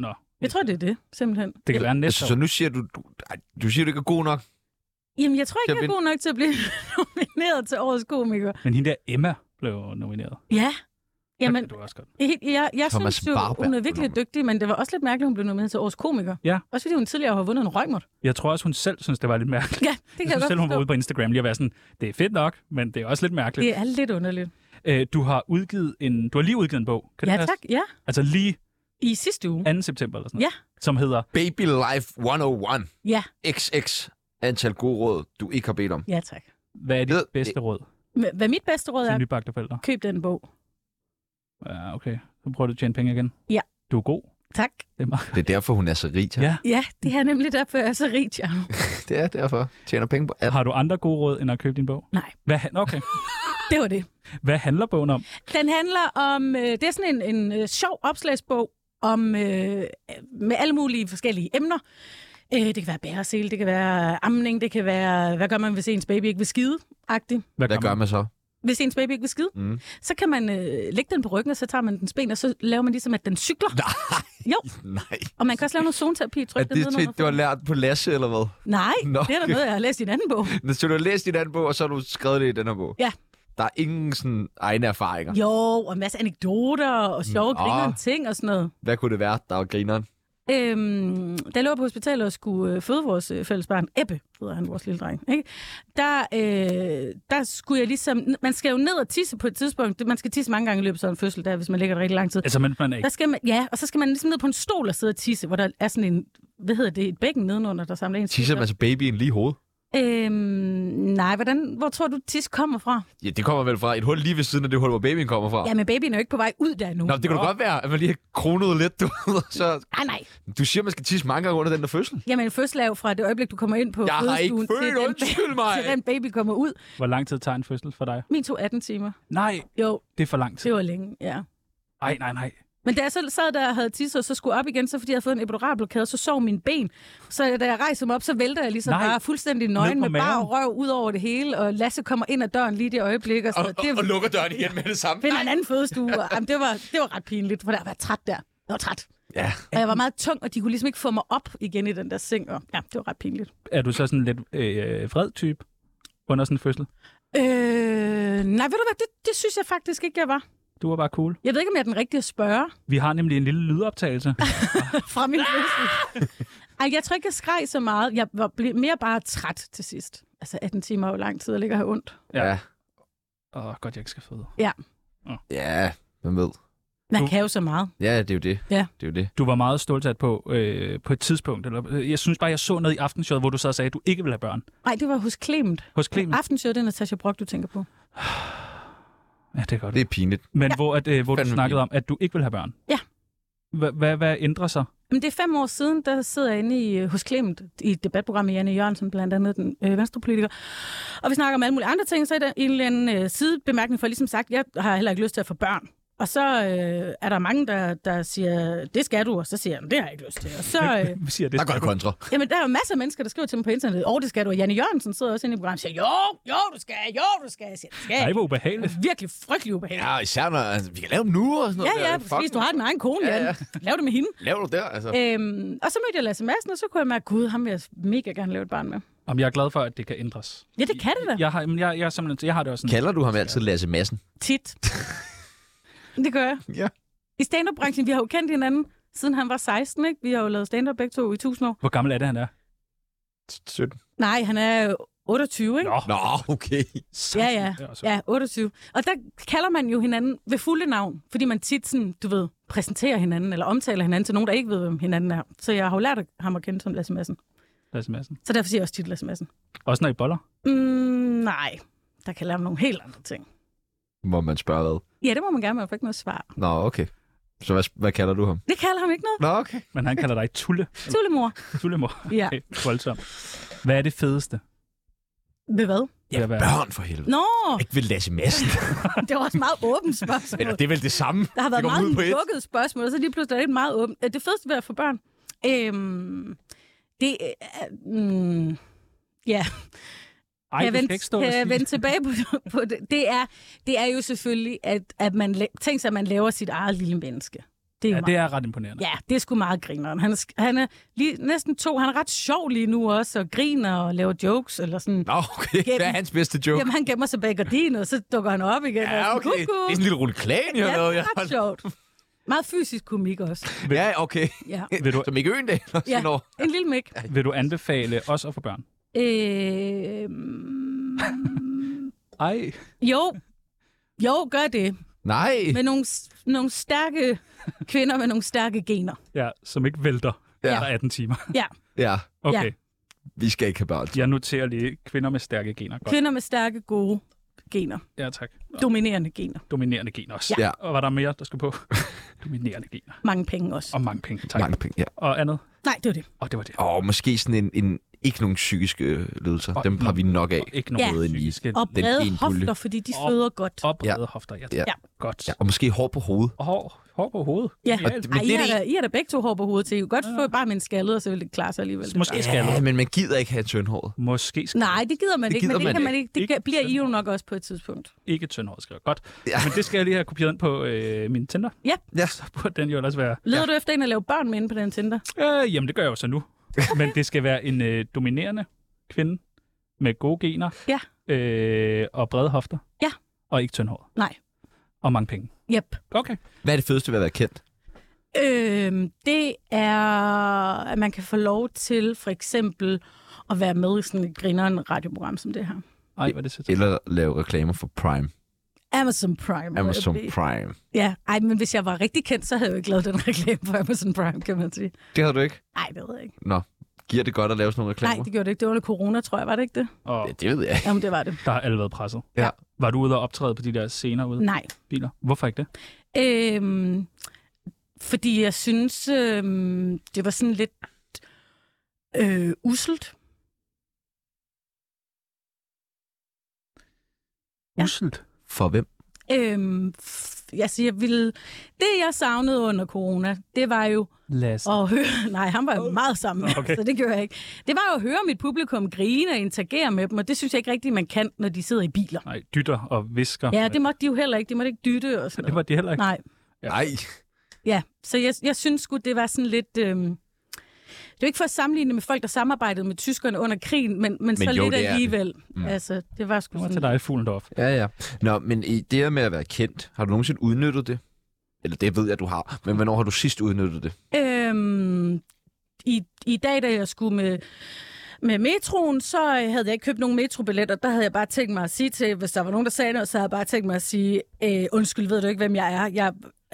B: Nå,
D: Jeg tror, det er det, simpelthen.
B: det kan være næste
A: Altså, så
B: år.
A: nu siger du, du, ej, du siger, du ikke er god nok.
D: Jamen, jeg tror ikke,
A: Til at
D: jeg er
A: vinde.
D: god nok til at blive [LAUGHS] nomineret til årets komiker.
B: Men hende der Emma blev nomineret.
D: Ja.
B: Jamen,
D: Jamen,
B: det var også godt.
D: jeg, jeg, jeg
A: Thomas
D: synes jo,
A: Warberg
D: hun er
A: blev
D: virkelig
A: nomineret.
D: dygtig, men det var også lidt mærkeligt, hun blev nomineret til årets komiker.
B: Ja.
D: Også fordi hun tidligere har vundet en røgmort.
B: Jeg tror også, hun selv synes, det var lidt mærkeligt.
D: Ja, det
B: Jeg
D: kan jeg,
B: synes selv,
D: godt
B: hun var ude
D: forstå.
B: på Instagram lige at være sådan, det er fedt nok, men det er også lidt mærkeligt.
D: Det er lidt underligt.
B: Øh, du har udgivet en, du har lige udgivet en bog, kan
D: Ja,
B: det passe?
D: tak. Ja,
B: Altså lige
D: i sidste uge.
B: 2. september eller sådan noget,
D: Ja.
B: som hedder,
A: Baby Life 101.
D: Ja,
A: XX antal gode råd, du ikke har bedt om.
D: ja tak.
B: hvad er dit
A: Ved-
B: bedste råd
D: Hva- Hvad mit bedste råd
B: til
D: er,
B: nybagte forældre?
D: køb den bog.
B: Ja, okay. Så prøver du at tjene penge igen.
D: Ja.
B: Du er god.
D: Tak.
B: Det er meget.
A: Det er derfor, hun er så rig.
B: Ja.
D: Ja, det er nemlig derfor, jeg er så rig, Jarno.
A: Det er derfor. Tjener penge på alt.
B: Har du andre gode råd, end at købe din bog?
D: Nej.
B: Hvad, han- okay.
D: Det var det.
B: Hvad handler bogen om?
D: Den handler om, øh, det er sådan en, en øh, sjov opslagsbog om, øh, med alle mulige forskellige emner. Øh, det kan være bæresel, det kan være amning, det kan være, hvad gør man, hvis ens baby ikke vil skide? -agtigt.
A: Hvad gør man så?
D: Hvis ens baby ikke vil skide,
A: Mm.
D: mm. så kan man øh, lægge den på ryggen, og så tager man dens ben, og så laver man ligesom, at den cykler.
A: Nej.
D: Jo,
A: Nej.
D: og man kan også lave noget zoneterapi i
A: Er
D: tryk.
A: det, det, det var lært på Lasse, eller hvad?
D: Nej,
A: Nå.
D: Nå. det er der noget, jeg har læst i en anden bog.
A: Nå, Så du har læst din anden bog, og så har du skrevet det i den her bog?
D: Ja.
A: Der er ingen sådan egne erfaringer.
D: Jo, og en masse anekdoter og sjove
A: Mm.
D: mm. griner
A: Ah.
D: ting og sådan noget.
A: Hvad kunne det være, der var grineren?
D: Øhm, da jeg lå på hospitalet og skulle øh, føde vores øh, fælles barn, Ebbe hedder han, vores lille dreng, ikke? Der, øh, der skulle jeg ligesom... Man skal jo ned og tisse på et tidspunkt. Det- Man skal tisse mange gange i løbet af sådan en fødsel, der, hvis man ligger der rigtig lang tid.
B: Altså, men man er
D: Der
B: ikke...
D: skal man, ja, og så skal man ligesom ned på en stol og sidde og tisse, hvor der er sådan en... Hvad hedder det? Et bækken nedenunder, der samler en
A: Tisser man så babyen lige i hovedet?
D: øhm, nej, hvordan, hvor tror du, tis kommer fra?
A: Ja, det kommer vel fra et hul lige ved siden af det hul, hvor babyen kommer fra.
D: Ja, men babyen er jo ikke på vej ud der nu.
A: Ah. Nå, det kunne da godt være, at man lige har kronet lidt, du ved, og så...
D: Nej, nej.
A: Du siger, man skal tisse mange gange under den der fødsel.
D: Jamen, fødsel er jo fra det øjeblik, du kommer ind på
A: Jeg har ikke
D: fødestuen, til
A: født,
D: den-
A: undskyld mig!
D: til den baby kommer ud.
B: Hvor lang tid tager en fødsel for dig?
D: Min tog 18 timer.
B: Nej,
D: Jo,
B: det er for lang tid.
D: Det var længe, ja.
B: Nej, nej, nej.
D: Men da jeg så sad der og havde tisset, og så skulle op igen, så fordi jeg havde fået en epiduralblokade, så sov min ben. Så da jeg rejser mig op, så vælter jeg ligesom
B: Nej.
D: Nej. bare fuldstændig
B: Ned
D: nøgen
B: på
D: med bare
B: maven.
D: røv ud over det hele, og Lasse kommer ind ad døren lige i det øjeblik, og, så, det var-
A: lukker døren igen med det samme.
D: finder en anden fødestue. Og, jamen, det, var, det var ret pinligt, for der var jeg træt der. Jeg var træt.
A: Ja.
D: Og jeg var meget tung, og de kunne ligesom ikke få mig op igen i den der seng. Og, ja, det var ret pinligt.
B: Er du så sådan lidt øh, vred type under sådan en fødsel?
D: Øh, nej, ved du hvad, det, det synes jeg faktisk ikke, jeg var.
B: Du var bare cool.
D: Jeg ved ikke, om jeg er den rigtige at spørge [LAUGHS]
B: Vi har nemlig en lille lydoptagelse.
D: fra min fødsel. Ej, jeg tror ikke, jeg skreg så meget. Jeg var ble- mere bare træt til sidst. Altså 18 timer er jo lang tid at ligge og have ondt.
A: Ja.
B: Åh, oh, godt, jeg ikke skal føde.
A: Ja, man ved.
D: Man
B: Du-
D: kan jo så meget.
A: Ja, det er jo det.
D: Ja.
A: Det er jo det.
B: Du var meget stoltat på, øh, på et tidspunkt. Eller, øh, jeg synes bare, jeg så noget i aftenshowet, hvor du så sagde, at du ikke vil have børn.
D: Nej, det var hos Clement.
B: Hos Clemen.
D: Aftenshow, det er Natasha Brock, du tænker på.
B: Ja, det er godt.
A: Det er pinligt.
B: Men ja. hvor, at, øh, hvor du
A: Fandme
B: snakkede om, at du ikke vil have børn.
D: Ja.
B: Hva- hva- Hvad ændrer sig?
D: Men det er fem år siden, der sidder jeg inde i, øh, hos Clement i et debatprogram med Janne Jørgensen, blandt andet den øh, venstrepolitiker. Og vi snakker om alle mulige andre ting, så er der en eller anden øh, sidebemærkning for ligesom sagt, jeg har heller ikke lyst til at få børn. Og så øh, er der mange, der, der siger, det skal du, og så siger jeg, "Men det har jeg ikke lyst til. Og så,
B: [LAUGHS]
D: øh,
B: Hvad siger det?
A: Der går jeg kontra.
D: jamen, der er jo masser af mennesker, der skriver til mig på internettet, åh, det skal du. Og Janne Jørgensen sidder også inde i programmet og siger, jo, jo, du skal, jo, du skal. Jeg siger, det skal jeg
B: Ej,
D: ikke."
B: hvor ubehageligt.
D: Det er virkelig frygtelig ubehageligt.
A: Ja, især når altså, vi kan lave dem nu og sådan noget.
D: Ja, ja,
A: der.
D: præcis.
A: Fuck,
D: Du har din egen kone,
A: Ja,
D: ja,
A: ja.
D: ja. Lav det med hende.
A: Laver du der, altså?
D: Øhm, og så mødte jeg Lasse Madsen, og så kunne jeg mærke, gud, ham vil jeg mega gerne lave et barn med.
B: Om jeg er glad for, at det kan ændres.
D: Ja, det kan det da.
B: Jeg har, jamen, jeg, jeg, er simpelthen, jeg har det også sådan.
A: Kalder du ham altid Lasse Madsen?
D: Tit. det gør jeg.
A: Ja.
D: I stand-up-branchen, vi har jo kendt hinanden, siden han var 16, ikke? Vi har jo lavet stand-up begge to i 1000 år.
B: Hvor gammel er det, han er?
A: 17.
D: Nej, han er jo 28, ikke?
B: Nå,
A: Nå, okay.
D: Ja, ja. Ja, 28. Og der kalder man jo hinanden ved fulde navn, fordi man tit sådan, du ved, præsenterer hinanden, eller omtaler hinanden til nogen, der ikke ved, hvem hinanden er. Så jeg har jo lært ham at kende som Lasse Madsen.
B: Lasse Madsen.
D: Så derfor siger jeg også tit Lasse Madsen.
B: Også når I boller.
D: Mm, nej, der kan lave nogle helt andre ting.
A: Må man spørge hvad?
D: Ja, det må man gerne, man får ikke noget svar.
A: Nå, okay. Så hvad, hvad kalder du ham?
D: Det kalder ham ikke noget.
A: Nå, okay.
B: Men han kalder dig Tulle.
D: Tullemor.
B: Tullemor.
D: [LAUGHS] Ja.
B: Okay, voldsomt. Hvad er det fedeste?
D: Ved hvad?
B: Ja, at være?
A: Børn for helvede.
D: Nå,
A: Ikke ved Lasse
D: [LAUGHS]
A: Madsen.
D: det var også meget åbent spørgsmål.
A: Eller det er vel det samme.
D: Der har været
A: det går
D: meget
A: ud på et.
D: lukkede spørgsmål, og så lige pludselig er det meget åbent. Øh, Det fedeste ved at få børn, øhm, det er... Mm, ja,
B: Ej, du
D: kan jeg
B: skal
D: vende,
B: ikke stå
D: kan
B: og
D: jeg
B: sige.
D: vende tilbage på, på det. Det er, det er jo selvfølgelig, at, at man la- tænker sig, at man laver sit eget lille menneske. Det er jo
B: Ja,
D: meget-
B: det er ret imponerende.
D: Ja, det er sgu meget grineren. Han er, sk- han er lige, næsten to. Han er ret sjov lige nu også, og griner og laver jokes. Eller sådan.
A: Nå, okay. Hvad er hans bedste joke?
D: Jamen, han gemmer sig bag gardinen, og så dukker han op igen.
A: Ja,
D: og sådan,
A: okay. Det
D: "Kuku."
A: er sådan en lille rulle klan, jeg har
D: ja,
A: lavet.
D: det
A: Jeg
D: er ret sjovt. Meget fysisk komik også.
A: Ja, okay. [LAUGHS]
D: Ja.
B: Vil du,
A: Som ikke Øendal.
D: Ja.
A: Ja.
D: En lille mik.
B: vil du anbefale os at få børn?
D: Øh,
B: Ej,
D: Øhm, jo. Jo, gør det.
A: Nej.
D: Med nogle, s- nogle stærke kvinder med nogle stærke gener.
B: ja, som ikke vælter
A: Ja.
B: efter 18 timer. [LAUGHS]
D: Ja,
A: Ja,
B: Okay,
A: vi skal ikke have børn.
B: jeg noterer lige kvinder med stærke gener. Godt.
D: kvinder med stærke, gode gener.
B: Ja, tak.
D: Dominerende gener.
B: Dominerende gener også.
A: Ja.
B: Og var der mere, der skulle på? [LAUGHS] Dominerende gener.
D: Mange penge også.
B: Og mange penge, tak.
A: Mange penge, ja.
B: Og andet?
D: Nej, det var det.
B: Og det var det.
A: Og måske sådan en, en ikke nogen psykiske øh, lidelser.
B: Og-
A: Dem har vi nok af.
B: Og ikke nogen
A: Ja.
B: psykiske
D: Og
A: Den
D: brede
A: ene bulle.
D: hofter, fordi de
B: Og-
D: føder godt.
B: oprede ja. hofter. Ja,
A: Ja.
B: ja. Godt.
A: Ja,
B: Ja.
A: og måske hår på hovedet.
B: Og hår, hår på hovedet.
D: Ja.
A: Og det- men
D: Ej,
A: det
D: I,
A: er
D: har
A: det
D: da, I har da begge to hår på hovedet til. I kunne godt få bare med en skaldet, og så vil det klare sig alligevel. det
B: Måske
D: der.
B: skal
A: Ja, men man gider ikke have tyndhåret.
B: Måske skal
D: Nej, det gider man
A: Det
D: ikke,
A: gider
D: men
A: man
D: det, kan man ikke. det
B: Ikke
D: kan, bliver I jo nok også på et tidspunkt.
B: ikke tyndhåret skriver. Godt.
A: Ja.
B: Ja. Men det skal jeg lige have kopieret ind på øh, min Tinder.
D: Ja.
A: Ja.
B: Så burde den jo ellers være...
D: Leder ja. du efter en at lave børn med inde på den Tinder?
B: Øh, jamen, det gør jeg jo
D: [LAUGHS]
B: så nu. Men det skal være en øh, dominerende kvinde med gode gener.
D: Ja.
B: Øh, og brede hofter.
D: Ja.
B: Og ikke tyndhåret.
D: Nej.
B: Og mange penge.
D: Yep.
B: Okay.
A: Hvad er det fedeste ved at være kendt?
D: Øhm, det er, at man kan få lov til for eksempel at være med i sådan et grineren radioprogram som det her.
B: Ej, hvor er det så
A: Eller lave reklamer for Prime.
D: Amazon Prime.
A: Amazon
D: Øh,
A: Prime.
D: Ja, ej, men hvis jeg var rigtig kendt, så havde jeg jo ikke lavet den reklame på Amazon Prime, kan man sige.
A: Det har du ikke.
D: Nej, det ved jeg ikke.
A: Nå, giver det godt at lave sådan nogle
D: Nej,
A: reklamer?
D: det gjorde det ikke. Det var under corona, tror jeg, var det ikke det?
B: Og
A: det ved jeg ikke.
D: Jamen, det var det.
B: der har alle været presset.
A: Ja.
B: Var du ude og optræde på de der scener
A: Mm.
B: ude?
D: Nej.
B: Biler? Hvorfor ikke det?
D: Øhm, fordi jeg synes, øhm, det var sådan lidt øh, uselt. Ja.
B: Uselt.
A: For hvem?
D: Øhm, f- altså, jeg ville... Det, jeg savnede under corona, det var jo
B: Lasse.
D: at høre... [LAUGHS] Nej, han var jo meget sammen med,
B: Okay.
D: okay. så det gjorde jeg ikke. Det var jo at høre mit publikum grine og interagere med dem, og det synes jeg ikke rigtigt, man kan, når de sidder i biler.
B: Nej, dytter og visker.
D: Ja, det måtte de jo heller ikke. De måtte ikke dytte og
B: [LAUGHS]
D: sådan
B: det var
D: noget.
B: det heller ikke.
D: Nej.
B: Ja.
A: Nej.
D: Ja, så jeg, jeg synes sgu, det var sådan lidt... Øhm, det er jo ikke for at sammenligne med folk, der samarbejdede med tyskerne under krigen, men, men, men så
A: jo,
D: lidt
A: det er det.
D: alligevel. Mm. Altså, det var sgu
B: Nu var til
D: sådan...
B: dig, fuglen deroppe.
A: Ja, ja. Nå, men i det her med at være kendt, har du nogensinde udnyttet det? Eller det ved jeg, du har. Men hvornår har du sidst udnyttet det?
D: Øhm, i, I dag, da jeg skulle med, med metroen, så øh, havde jeg ikke købt nogen metrobilletter. Der havde jeg bare tænkt mig at sige til, hvis der var nogen, der sagde noget, så havde jeg bare tænkt mig at sige, øh, undskyld, ved du ikke, hvem jeg er? Jeg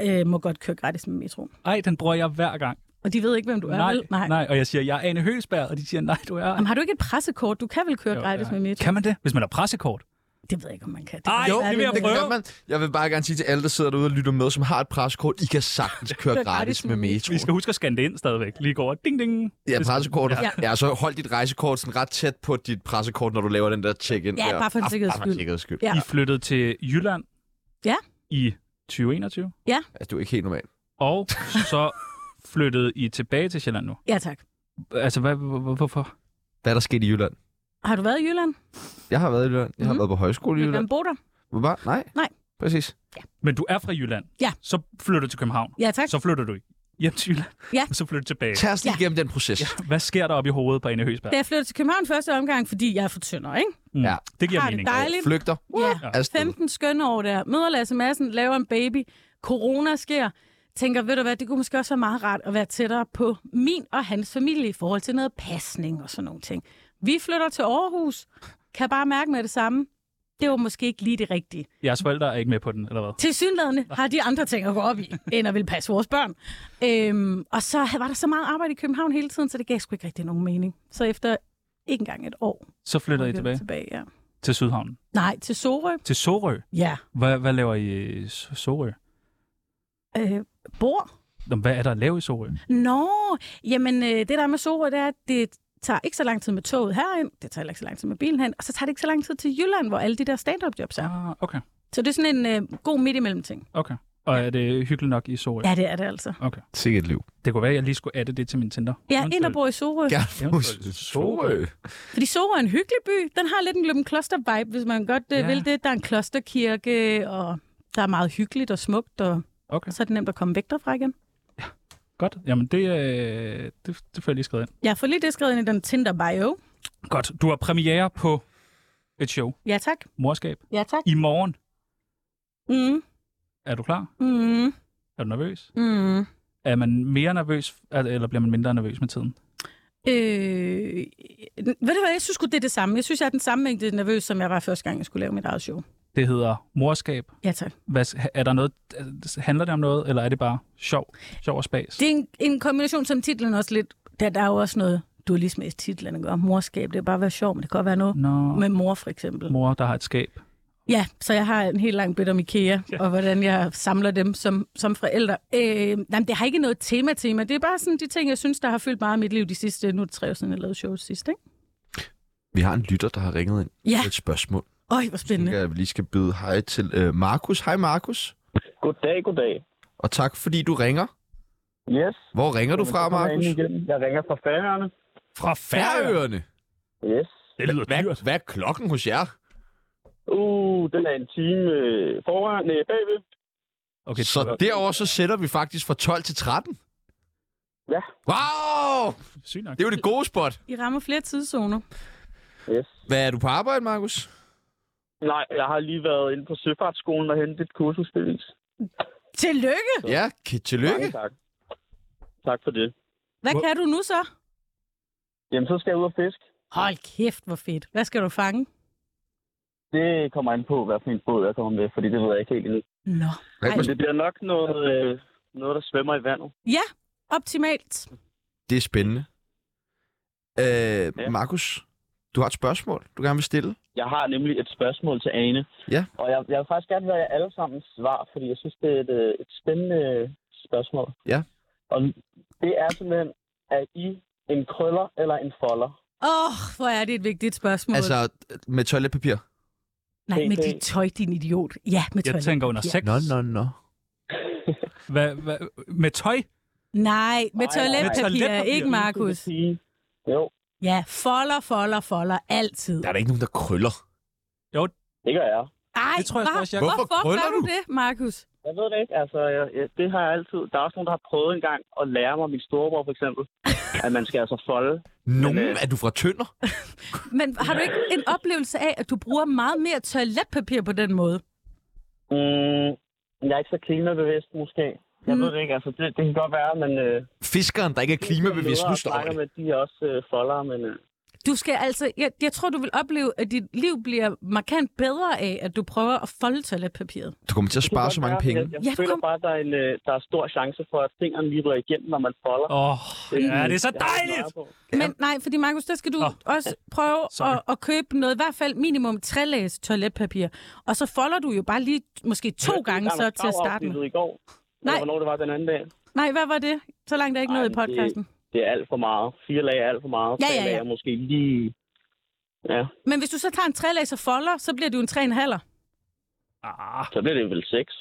D: øh, må godt køre gratis med metroen.
B: Ej, den bruger jeg hver gang.
D: Og de ved ikke, hvem du er,
B: nej,
D: vel?
B: nej, nej. Og jeg siger, jeg er Ane Høgsberg, og de siger, nej, du er...
D: Jamen, har du ikke et pressekort? Du kan vel køre
B: Jo,
D: gratis
B: ja.
D: med metroen?
B: Kan man det, hvis man har pressekort?
D: Det ved jeg ikke, om man kan. Det
B: Ej,
D: kan
B: jo,
D: være,
B: det vil jeg
D: er-
B: prøve.
A: Kan man? Jeg vil bare gerne sige til alle, der sidder derude og lytter med, som har et preskort, I kan sagtens
D: [LAUGHS]
A: køre
D: Kør
A: gratis
D: gratis
A: med
D: med
A: metro.
B: Vi skal huske at scanne det ind stadigvæk. Lige går over. ding, ding.
A: Ja, pressekortet. Ja.
D: Ja.
A: ja, så hold dit rejsekort sådan ret tæt på dit pressekort, når du laver den der check-in.
D: Ja,
A: der.
D: bare for en
A: Ah,
D: sikkerheds
A: bare for en
D: skyld.
A: sikkerheds skyld.
D: Ja.
B: I flyttede til Jylland
D: Ja.
B: i 2021.
A: Altså, du er ikke helt normal.
B: Og
D: [LAUGHS]
B: så flyttede I tilbage til Sjælland nu.
D: Ja, tak.
B: Altså, hvad, hvor- hvor- hvorfor?
A: Hvad er der sket i Jylland?
D: Har du været i Jylland?
A: Jeg har været i Jylland. Jeg har
D: Mhm.
A: været på højskole i
D: Vil
A: Jylland.
D: man bo der?
A: Hvor var? Nej.
D: Nej.
A: Præcis.
B: Men du er fra Jylland.
D: Ja.
B: Så flytter du til København.
D: Ja, tak.
B: Så flytter du hjem til Jylland.
D: Ja.
B: Og så flytter du tilbage.
A: Tag os lige
D: Ja.
A: igennem den proces. Ja.
B: Hvad sker der op i hovedet på Anne Høsberg?
D: Da jeg flyttede til København første omgang, fordi jeg er fra Tønder, ikke?
B: Mm.
A: Ja.
B: Det giver
D: Har det
B: mening.
D: dejligt.
A: Flygter.
D: Ja.
A: Afsted.
D: 15 skønne år der. Møder Lasse Madsen, laver en baby. Corona sker. Tænker, ved du hvad, det kunne måske også være meget rart at være tættere på min og hans familie i forhold til noget pasning og sådan nogle ting. Vi flytter til Aarhus. Kan bare mærke med det samme. Det var måske ikke lige det rigtige.
B: Jeres forældre er ikke med på den, eller hvad?
D: Til synlædende har de andre ting at gå
B: [LAUGHS]
D: op i, end at ville passe vores børn. Øhm, og så var der så meget arbejde i København hele tiden, så det gav sgu ikke rigtig nogen mening. Så efter ikke engang et år,
B: Så flytter I
D: vi
B: tilbage
D: tilbage ja.
B: til Sydhavnen.
D: Nej, til Sorø.
B: Til Sorø.
D: Ja.
B: Hvad, hvad laver I i S- Sorø?
D: Øh, bor
B: Nå, Hvad er der at lave i Sorø?
D: Nå, jamen øh, det der er med Sorø, det er, at det tager ikke så lang tid med toget herind, det tager heller ikke så lang tid med bilen hen, og så tager det ikke så lang tid til Jylland, hvor alle de der stand-up jobs er.
B: Ah, okay.
D: Så det er sådan en øh, god midt imellem ting.
B: okay. Og er det hyggeligt nok i Sorø?
D: Ja, det er det altså.
A: Sikkert liv.
B: Det kunne være, at jeg lige skulle adde det til min Tinder.
D: Ja, ind og bor i Sorø. Ja.
B: Eventuelt. Sorø.
D: Fordi Sorø er en hyggelig by. Den har lidt en Løben Kloster-vibe, hvis man godt øh,
B: Ja.
D: ja. vil det. Der er en klosterkirke, og der er meget hyggeligt og smukt, og
B: Okay,
D: så er det nemt at komme væk derfra igen.
B: godt. Jamen, det, øh, det, det får jeg lige skrevet ind.
D: Jeg får lige det skrevet ind i den Tinder-bio.
B: Godt. Du har premiere på et show.
D: Ja, tak.
B: Morskab.
D: Ja, tak.
B: I morgen.
D: Mm,
B: Er du klar?
D: mm,
B: Er du nervøs?
D: mm.
B: Er man mere nervøs, al- eller bliver man mindre nervøs med tiden?
D: Øh, ved du hvad, jeg synes sgu, det er det samme. Jeg synes, jeg er den samme mængde nervøs, som jeg var første gang, jeg skulle lave mit eget show.
B: Det hedder morskab.
D: Ja, tak.
B: Hvad, s- er der noget, altså, handler det om noget, eller er det bare sjov, sjov og spas?
D: Det er en, en kombination, som titlen også lidt... Der, der er jo også noget dualisme i titlen, ikke? Og morskab, det er bare at være sjov, men det kan godt være noget
B: Nå,
D: med mor, for eksempel.
B: mor, der har et skab.
D: Ja, så jeg har en helt lang bit om IKEA, og hvordan jeg samler dem som, som forældre. Øh, nej, men det har ikke noget tema-tema. Det er bare sådan de ting, jeg synes, der har fyldt meget i mit liv de sidste... Nu er det tre år siden, jeg lavede showet sidst, ikke?
A: Vi har en lytter, der har ringet ind
D: Ja,
A: med et spørgsmål.
D: øj, hvor spændende.
A: Tænker Jeg vi lige skal byde hej til øh, Markus. Hej Markus.
J: Goddag, goddag.
A: Og tak fordi du ringer.
J: Yes.
A: Hvor ringer du fra,
J: Så kommer jeg
A: Markus?
J: ind igen. Jeg ringer fra Færøerne.
B: Fra
A: Færøerne.
J: Yes.
B: Det lyder dyrt.
A: Hvad er klokken hos jer?
J: Uh, den er en time øh, foran, nej, bagved.
B: Okay,
A: så derover så sætter vi faktisk fra 12 til 13.
J: Ja.
A: Wow!
B: sygt nok.
A: Det er jo det gode spot.
D: I rammer flere tidszoner.
J: Yes.
A: Hvad er du på arbejde, Markus?
J: Nej, jeg har lige været inde på Søfartsskolen og hentet et kursusbevis.
D: Tillykke!
A: Ja, k- tillykke.
J: Mange tak. Tak for det.
D: Hvad
B: Hvor-
D: kan du nu så?
J: Jamen, så skal jeg ud og fiske.
D: Hold kæft, hvor fedt. Hvad skal du fange?
J: Det kommer an på, hvad for en båd jeg kommer med, fordi det ved jeg ikke helt endnu.
D: Nå.
A: Hvad
J: Men
A: koster-
J: det bliver nok noget, øh, noget der svømmer i vandet.
D: Ja, optimalt.
A: Det er spændende.
J: Ja.
A: Øh, Markus, du har et spørgsmål, du gerne vil stille.
J: Jeg har nemlig et spørgsmål til Ane.
A: Ja.
J: Og jeg, jeg vil faktisk gerne være alle sammen svar, fordi jeg synes, det er et, øh, et spændende spørgsmål.
A: Ja.
J: Og det er simpelthen, er I en krøller eller en folder?
D: Åh, oh, hvor er det et vigtigt spørgsmål.
A: Altså, med toiletpapir.
D: Nej, med dit tøj, din idiot. Ja, med tøj.
B: Jeg tænker under sex.
A: nå.
B: Hvad, hvad, med tøj?
D: Nej, med
J: Nej,
B: nej. Med
D: toiletpapir.
B: toiletpapir.
D: Ikke Markus.
J: Sige. Jo,
D: Ja, folder, folder, folder. Altid.
A: Der er da ikke nogen, der krøller.
J: det gør jeg.
D: Ej,
B: Det tror jeg
D: hva?
B: også, jeg-
D: Hvorfor,
A: Hvorfor
D: gør
A: krøller
D: du
A: du?
D: det, Markus?
J: Jeg ved det ikke. Altså, jeg, jeg, det har jeg altid. Der er også nogen, der har prøvet engang at lære mig, min storebror for eksempel, at man skal altså folde.
A: Nogen
J: Men, øh,
A: er du fra Tønder?
D: Men har du ikke en oplevelse af, at du bruger meget mere toiletpapir på den måde?
J: Mm, jeg er ikke så klimabevidst måske. Jeg ved det ikke. Altså, det, det kan godt være, men... Øh,
A: Fiskeren, der ikke er klimabevidst, nu
J: Jeg
A: står
J: snakker
A: det.
J: med, de er også øh, folder, men... Øh,
D: Du skal altså... Jeg, jeg tror, du vil opleve, at dit liv bliver markant bedre af, at du prøver at folde toiletpapiret.
A: Du kommer til at
J: Det kan
A: spare
J: godt
A: så mange
J: være.
A: penge.
J: Jeg, jeg
D: Ja,
J: ja, føler
D: kom.
J: bare, at der er, en, øh, der er stor chance for, at fingeren lige ryger igennem, når man folder.
B: Åh, oh, ja, det er så
J: Jeg har ikke
B: dejligt!
J: meget på.
D: Men nej, fordi Markus, der skal du
B: Nå.
D: oh. også prøve
B: Sorry.
D: at, at købe noget, i hvert fald minimum tre lags toiletpapir. Og så folder du jo bare lige måske to
J: Jeg
D: gange
J: var
D: så til at
J: travlt
D: starte med.
J: afsnittet I går. Nej.
D: Nej.
J: Hvornår det var den anden dag.
D: Nej, hvad var det? Så langt er ikke
J: Ej,
D: noget i
J: men det-
D: podcasten.
J: Det er alt for meget. Fire lag er alt for meget.
D: Ja,
J: Tre
D: ja, ja.
J: lag er måske lige... Ja,
D: Men hvis du så tager en tre lags og folder, så bliver du en tre en halver.
B: Ah,
J: så bliver det vel seks.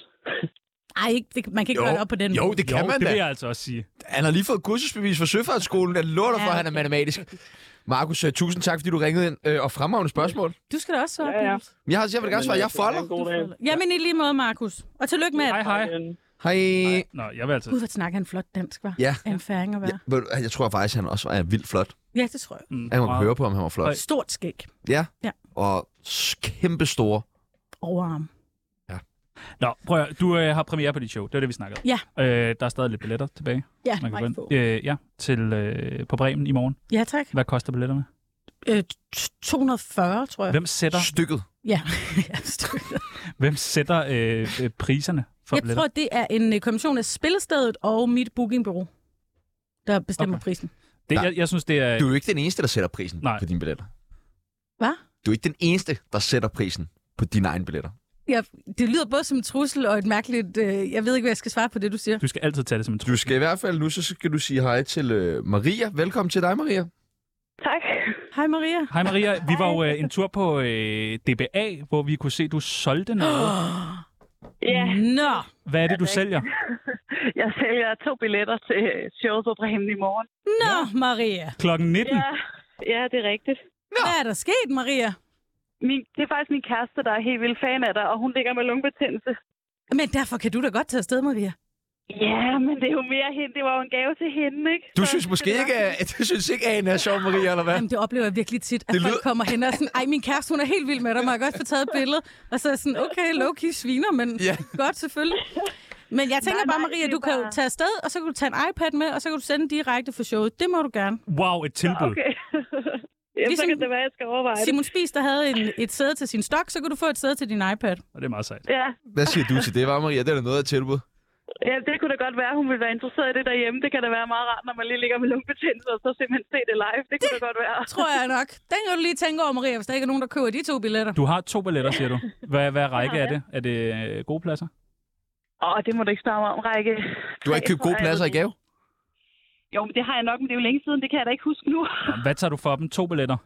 D: Ej, ikke, det, man kan ikke jo. gøre det op på den
A: jo,
D: måde.
A: det kan
B: jo,
A: man
B: det
A: da.
B: vil jeg altså også sige.
A: Han har lige fået kursusbevis fra Søfartsskolen. Jeg lover dig for, at han er matematisk. Markus, øh, tusind tak, fordi du ringede ind øh, og fremragende spørgsmål.
D: Du skal da også svare,
J: Ja, ja.
D: Pibels.
A: Jeg, har, jeg vil gerne
J: øh,
A: svare, jeg folder.
J: God dag.
D: Jamen i lige måde, Markus. Og tillykke med
B: Hej,
D: alt.
B: hej.
A: Hej.
B: Nå, jeg vil altså...
D: Gud, hvor snakker han flot dansk, var.
A: Ja.
D: En færing at
A: Ja,
D: være.
A: ved du, jeg tror faktisk, han også er vildt flot.
D: Ja, det tror jeg.
B: Mm,
A: Jeg må
B: meget-
A: høre på, om han var flot.
B: Ej.
D: Stort skæg.
A: Ja.
D: Ja.
A: Og s- kæmpe store.
D: Overarm.
B: Nå, prøv at, høre. du øh, har premiere på dit show. Det var det, vi snakkede om.
D: Ja.
B: Øh, der er stadig lidt billetter tilbage.
D: Ja,
B: Man kan
D: meget
B: gå
D: få.
B: ind. øh, ja, til øh, på Bremen i morgen.
D: Ja, tak.
B: Hvad koster billetterne?
D: Øh, t- 240, tror jeg.
B: Hvem sætter,
A: Stykket.
D: Ja. [LAUGHS] Ja, stort.
B: hvem sætter øh, øh, priserne for
D: jeg
B: billetter?
D: tror, det er en øh, kommission af Spillestedet og mit bookingbureau, der bestemmer
B: Okay.
D: okay. prisen.
B: Det, jeg, jeg synes, det er...
A: Du er jo ikke den eneste, der sætter prisen
B: Nej.
A: på dine billetter.
D: Hvad?
A: Du er ikke den eneste, der sætter prisen på dine egne billetter.
D: Ja, det lyder både som en trussel og et mærkeligt... Øh, jeg ved ikke, hvad jeg skal svare på det, du siger.
B: Du skal altid tage det som en
A: Du
B: trussel.
A: skal i hvert fald nu, så skal du sige hej til øh, Maria. Velkommen til dig, Maria.
K: Tak.
D: Hej Maria.
B: Hej Maria, vi var jo øh, en tur på øh, DBA, hvor vi kunne se, at du solgte noget.
D: Oh,
K: Ja,
D: Nå,
B: Hvad er det, du sælger?
K: jeg sælger to billetter til showet på Bremen i morgen.
D: nå Maria.
B: Klokken 19?
K: Ja, ja det er rigtigt.
D: Hvad er der sket, Maria?
K: Min, det er faktisk min kæreste, der er helt vild fan af dig, og hun ligger med lungebetændelse.
D: Men derfor kan du da godt tage afsted, Maria.
K: Ja, men det er jo mere hende. Det var jo en gave til hende, ikke?
A: Du
K: Så
A: synes
K: det
A: måske
K: var-
A: ikke, at [LAUGHS] du synes ikke, at Anna er sjov, Maria, eller hvad?
D: Jamen, det oplever jeg virkelig tit, at
A: Det
D: det
A: lyder-
D: folk kommer hen og er sådan, ej, min kæreste, hun er helt vild med dig, må jeg godt få taget et billede? Og så er jeg sådan, okay, low-key sviner, men
A: Ja.
D: ja. godt selvfølgelig. Men jeg tænker
K: Nej,
D: nej, bare,
K: nej,
D: Maria,
K: det er
D: du kan jo
K: bare-
D: tage afsted, og så kan du tage en iPad med, og så kan du sende direkte for showet. Det må du gerne.
B: Wow, et tilbud.
K: Okay. Jamen, så
D: Ligesom-
K: kan det være, jeg skal overveje det.
D: Simon Spies, der havde en, et sæde til sin stok, så kan du få et sæde til din iPad.
B: Og det er meget sejt.
K: Ja.
A: Hvad siger du til det, var Maria? Det er da noget af et tilbud.
K: ja, det kunne da godt være, hun ville være interesseret i det derhjemme. Det kan da være meget rart, når man lige ligger med lungebetændelse, og så simpelthen se det live. Det kunne da godt være.
D: Tror jeg nok. Den kan du lige tænke over, Maria, hvis der ikke er nogen, der køber de to billetter.
B: Du har to billetter, siger du. Hvad, hvad række er det? Er det øh, gode pladser?
K: Åh, det må du ikke snakke mig om, Række.
A: Du har ikke købt gode pladser i gave?
K: Jo, men det har jeg nok, men det er jo længe siden. Det kan jeg da ikke huske nu.
B: Nå, Hvad tager du for dem? To billetter?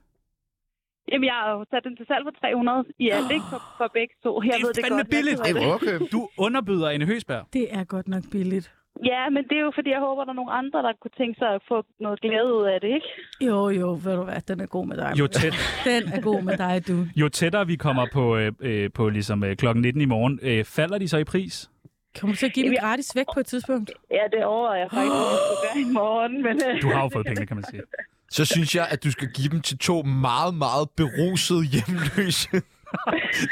K: Jamen, jeg har jo sat den til salg for 300 i alt, ikke? For, for begge to. Jeg ved det godt. jeg ved det.
A: okay.
B: Du underbyder en Høsberg.
D: Det er godt nok billigt.
K: Ja, men det er jo, fordi jeg håber, der er nogle andre, der kunne tænke sig at få noget glæde ud af det, ikke?
D: Jo, jo, ved du hvad, den er god med dig.
B: Jo, tæt,
D: Den er god med dig, du.
B: jo tættere vi kommer på, øh, øh, på ligesom, øh, klokken 19 i morgen, øh, falder de så i pris?
D: Kan du så give dem gratis væk på et
K: [GASPS]
D: tidspunkt?
K: Ja, det overvejer jeg faktisk, at jeg skulle gøre i morgen, men... øh,
B: Du har jo fået penge, kan man sige.
A: Så synes jeg, at du skal give dem til to meget, meget berusede hjemløse, [LAUGHS]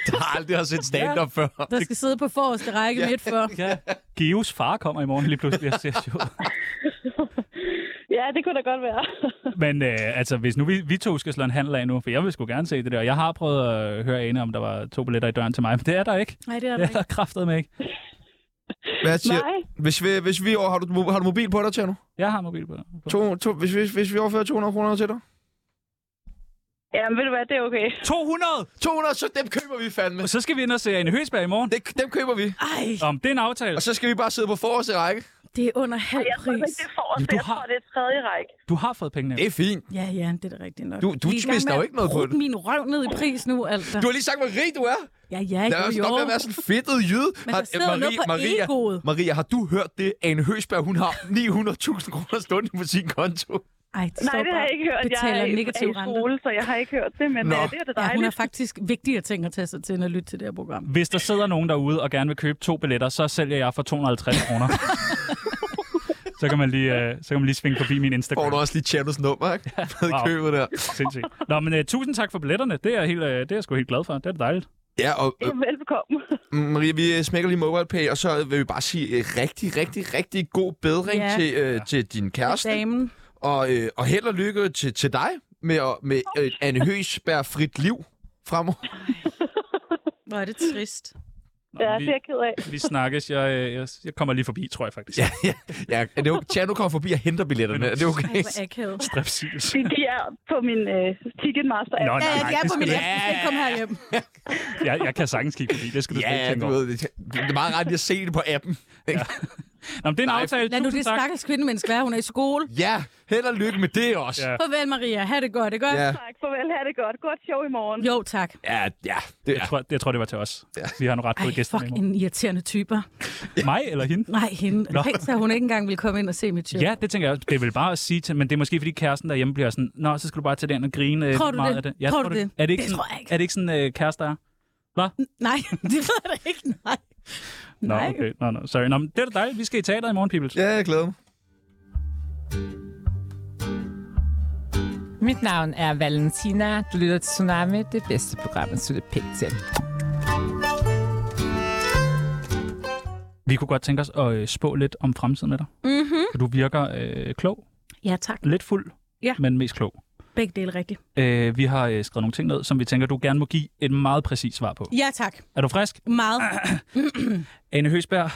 A: der aldrig har set stand-up før.
D: Der skal sidde på forreste række midt
A: [LAUGHS]
D: for.
B: Ja. Geos far kommer i morgen lige pludselig og ser showet.
K: [LAUGHS] Ja, det kunne da godt være. [LAUGHS]
B: Men øh, altså, hvis nu vi, vi to skal slå en handel af nu, for jeg vil sgu gerne se det der. Jeg har prøvet at høre Ane, om der var to billetter i døren til mig, men det er der ikke.
D: Nej, det er der
B: Det er
D: ikke.
B: der kraftet med ikke.
A: Hvad siger,
K: Nej.
A: hvis vi, hvis vi over, har, du, har du mobil på dig til nu?
B: Jeg har mobil på.
A: To, to, hvis, hvis, hvis vi overfører 200 kroner til dig?
K: Ja, men ved du hvad, det er okay.
B: 200!
A: 200, så dem køber vi fandme.
B: Og så skal vi ind og se Ane Høsberg i morgen.
A: Det, dem køber vi.
D: Ej,
B: Om det er en aftale.
A: Og så skal vi bare sidde på forreste række.
D: det er under halv
K: Jeg tror
D: pris.
K: ikke, det er forrest,
B: Jamen, du
K: jeg
B: har-
K: tror, det er tredje række.
B: Du har fået pengene.
A: Det er fint.
D: Ja, ja, det er da rigtigt nok.
A: Du- du
D: Vi er i gang
A: smister
D: med
A: jo
D: at
A: ikke noget på
D: prutte
A: det.
D: min røv ned i pris nu, altså.
A: Du har lige sagt, hvor rig du er.
D: Ja, ja,
A: Lad os
D: jo,
A: stoppe med at
D: jo.
A: være sådan fedtet jyde.
D: Men
A: Har-
D: der sidder jo noget på
A: Maria,
D: egoet.
A: Maria, har du hørt det? Ane Høsberg, hun har 900.000 kroner stående på sin konto.
D: Ej, det
K: Nej,
D: står
K: det har
D: bare,
K: jeg ikke hørt.
D: betaler
K: jeg er, i-
D: negativ
K: er i
D: rente.
K: skole, så jeg har ikke hørt det, men
A: Nå.
K: øh, det er da
D: Ja, hun har
K: dejligt.
D: faktisk vigtigere ting at tage sig til, end at lytte til det her program.
B: Hvis der sidder nogen derude og gerne vil købe to billetter, så sælger jeg for 250
A: [LAUGHS]
B: kroner. så, kan man lige, øh, så kan man lige svinge forbi min
A: Får
B: Instagram.
A: du også lige Channels nummer, ikke? Med
B: Wow.
A: købet der.
B: Sindssygt. Nå, men øh, tusind tak for billetterne. Det er, jeg helt, øh, det er jeg sgu helt glad for. Det er da dejligt.
A: Ja, og øh,
K: Ja, Velbekomme.
A: Maria, vi øh, smækker lige MobilePay, og så vil vi bare sige øh, rigtig, rigtig, rigtig god bedring
D: Ja.
A: til, øh, til din kæreste.
D: Damen.
A: Og, øh, og held og lykke til, til dig med, at- med øh, Anne Høsberg frit liv fremover.
D: Hvor er det trist.
B: Nå,
K: Ja, det
B: vi,
K: er jeg ked af.
B: vi snakkes. Jeg, øh, jeg, jeg kommer lige forbi, tror jeg faktisk.
A: Ja, ja, ja. Er det okay? Tjerno kommer forbi og henter billetterne. Er det
D: Ej,
A: okay?
D: hvor akavet.
B: Strepsils.
K: De, de er på min øh, Ticketmaster.
B: Nå,
D: Ja,
B: nej,
D: ja,
B: nej,
D: de er
B: det
D: på
B: skal
D: min
B: du ikke.
D: app. Du skal ikke komme herhjem.
B: Jeg, jeg kan sagtens kigge forbi. Det skal du slet ikke
A: Ja,
B: tænke
A: du
B: over.
A: ved, det det er meget rart lige at se det på appen.
B: Nå, men det er en
D: Nej.
B: aftale.
K: [LAUGHS]
D: Lad nu
B: Tusind
D: det
B: tak.
D: stakkels kvindemenneske være, hun er i skole.
A: Ja, held og lykke med det også.
D: Ja. Farvel, Maria. Ha' det godt, ikke også?
A: Ja.
K: Tak, farvel, ha' det godt. Godt show i morgen.
D: Jo, tak.
A: Ja, ja. Det, jeg,
B: tror, det, jeg tror, det var til os. Ja. Vi har nogle ret gode
D: Ej,
B: gæster med i
D: fuck,
B: morgen.
D: en irriterende typer.
B: Mig eller hende?
D: Nej, hende.
B: Nå.
D: Nej, så hun ikke engang ville komme ind og se mit show.
B: Ja, det tænker jeg også. Det vil bare at sige til, men det er måske fordi kæresten derhjemme bliver sådan, nå, så skal du bare tage den og grine øh,
D: Tror du
B: meget
D: det?
B: af det.
D: Tror du det?
B: Er det ikke
D: Det
B: sådan,
D: tror jeg ikke.
B: Er det ikke sådan, øh, kærester er?
D: Nej, [LAUGHS] det ved jeg da ikke. Nej.
B: Nå,
D: Nej.
B: okay. Nå, nå, sorry. Nå, men det er da dejligt. Vi skal i teater i morgen, people.
A: Ja, jeg glæder mig.
L: Mit navn er Valentina. Du lytter til Tsunami, det bedste program, at slutte pænt til.
B: Vi kunne godt tænke os at øh, spå lidt om fremtiden med dig.
D: Mm-hmm.
B: For Du virker øh, klog.
D: Ja, tak.
B: Lidt fuld,
D: Ja.
B: men mest klog.
D: Begge dele rigtigt.
B: Øh, vi har øh, skrevet nogle ting ned, som vi tænker, du gerne må give et meget præcist svar på.
D: Ja, tak.
B: Er du frisk?
D: Meget.
B: Ane Høsberg,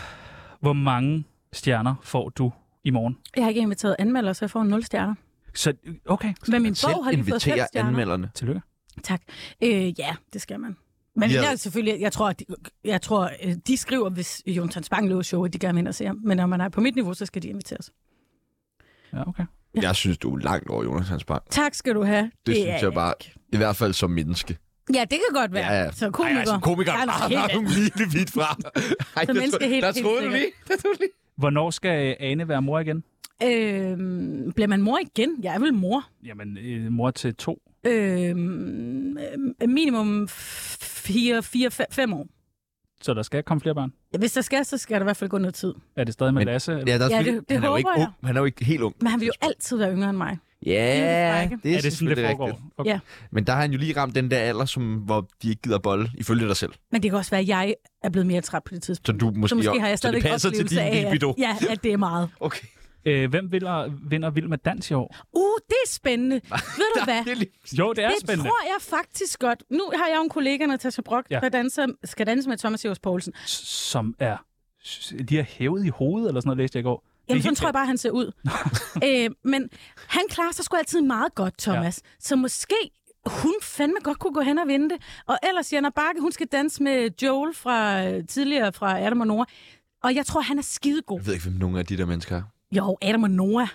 B: hvor mange stjerner får du i morgen?
D: jeg har ikke inviteret anmelder, så jeg får en 0 stjerner.
B: Så, okay.
D: Men min bog har lige fået fem stjerner.
B: Tillykke.
D: Tak. Øh, ja, det skal man. Men
B: Ja.
D: yeah. jeg, selvfølgelig, jeg tror, at de, jeg tror, øh, de skriver, hvis Jonathan Spang løber show, at de gerne vil ind og se ham. Men når man er på mit niveau, så skal de inviteres.
B: Ja, okay.
A: Jeg synes, du er langt over Jonas Hans Bang.
D: Tak skal du have.
A: Det, det
D: er
A: synes jeg bare, i hvert fald som menneske.
D: Ja, det kan godt være.
A: Ja, ja.
D: Så komiker.
A: Ej, altså, komiker
D: Der er
A: er
D: noget helt
A: [LAUGHS] bare
D: andet.
A: lige vidt fra. Ej,
D: Som menneske helt-
A: der
D: helt
A: troede du
D: sikkert.
A: lige. Der troede du lige.
B: Hvornår skal øh, Ane være mor igen?
D: Øhm, bliver man mor igen? Jeg er vel mor.
B: Jamen, øh, mor til to.
D: Øhm, øh, minimum 4-5 år.
B: Så der skal komme flere børn.
D: Hvis der skal, så skal der i hvert fald gå noget tid.
B: Er det stadig med men, Lasse?
A: Ja, der er
D: Ja,
A: selvfølgelig-
D: det- det
A: han er jo
D: håber
A: ikke
D: jeg.
A: ung. Han er jo ikke helt ung.
D: Men han vil jo altid være yngre end mig.
A: Ja,
D: frække.
A: det er,
D: Er det
A: er
D: sådan, det
A: selvfølgelig
D: foregår?
A: rigtigt.
D: Okay. Ja.
A: Men der har han jo lige ramt den der alder, som, hvor de ikke gider bolle, ifølge dig selv.
D: Men det kan også være, at jeg er blevet mere træt på det tidspunkt.
A: Så du måske,
D: så måske
A: også-
D: har jeg
A: så det
D: stadigvæk
A: passer til
D: oplevelse
A: din
D: af,
A: libido.
D: at, ja, at det er meget.
A: Okay.
B: Øh, hvem vinder, vinder Vild med Dans i år?
D: Uh, det er
A: [LAUGHS]
D: spændende. Ved du hvad? Det,
B: Jo, det er spændende.
D: tror jeg faktisk godt. Nu har jeg jo en kollega, Natasha Brock,
B: Ja.
D: ja. der danser, skal danse med Thomas Evers Poulsen.
B: Som er... De er hævet i hovedet, eller sådan noget, læste jeg i går. Det er
D: Jamen, sådan
B: helt-
D: tror jeg bare, han ser ud. [LAUGHS] øh, men han klarer sig sgu altid meget godt, Thomas. Ja. Så måske hun fandme godt kunne gå hen og vinde det. Og ellers Jenna Bakke, hun skal danse med Joel fra øh, tidligere fra Adam og Nora. Og jeg tror, han er skidegod.
A: Jeg ved ikke, hvem nogen af de der mennesker er.
D: Jo, Adam og Nora.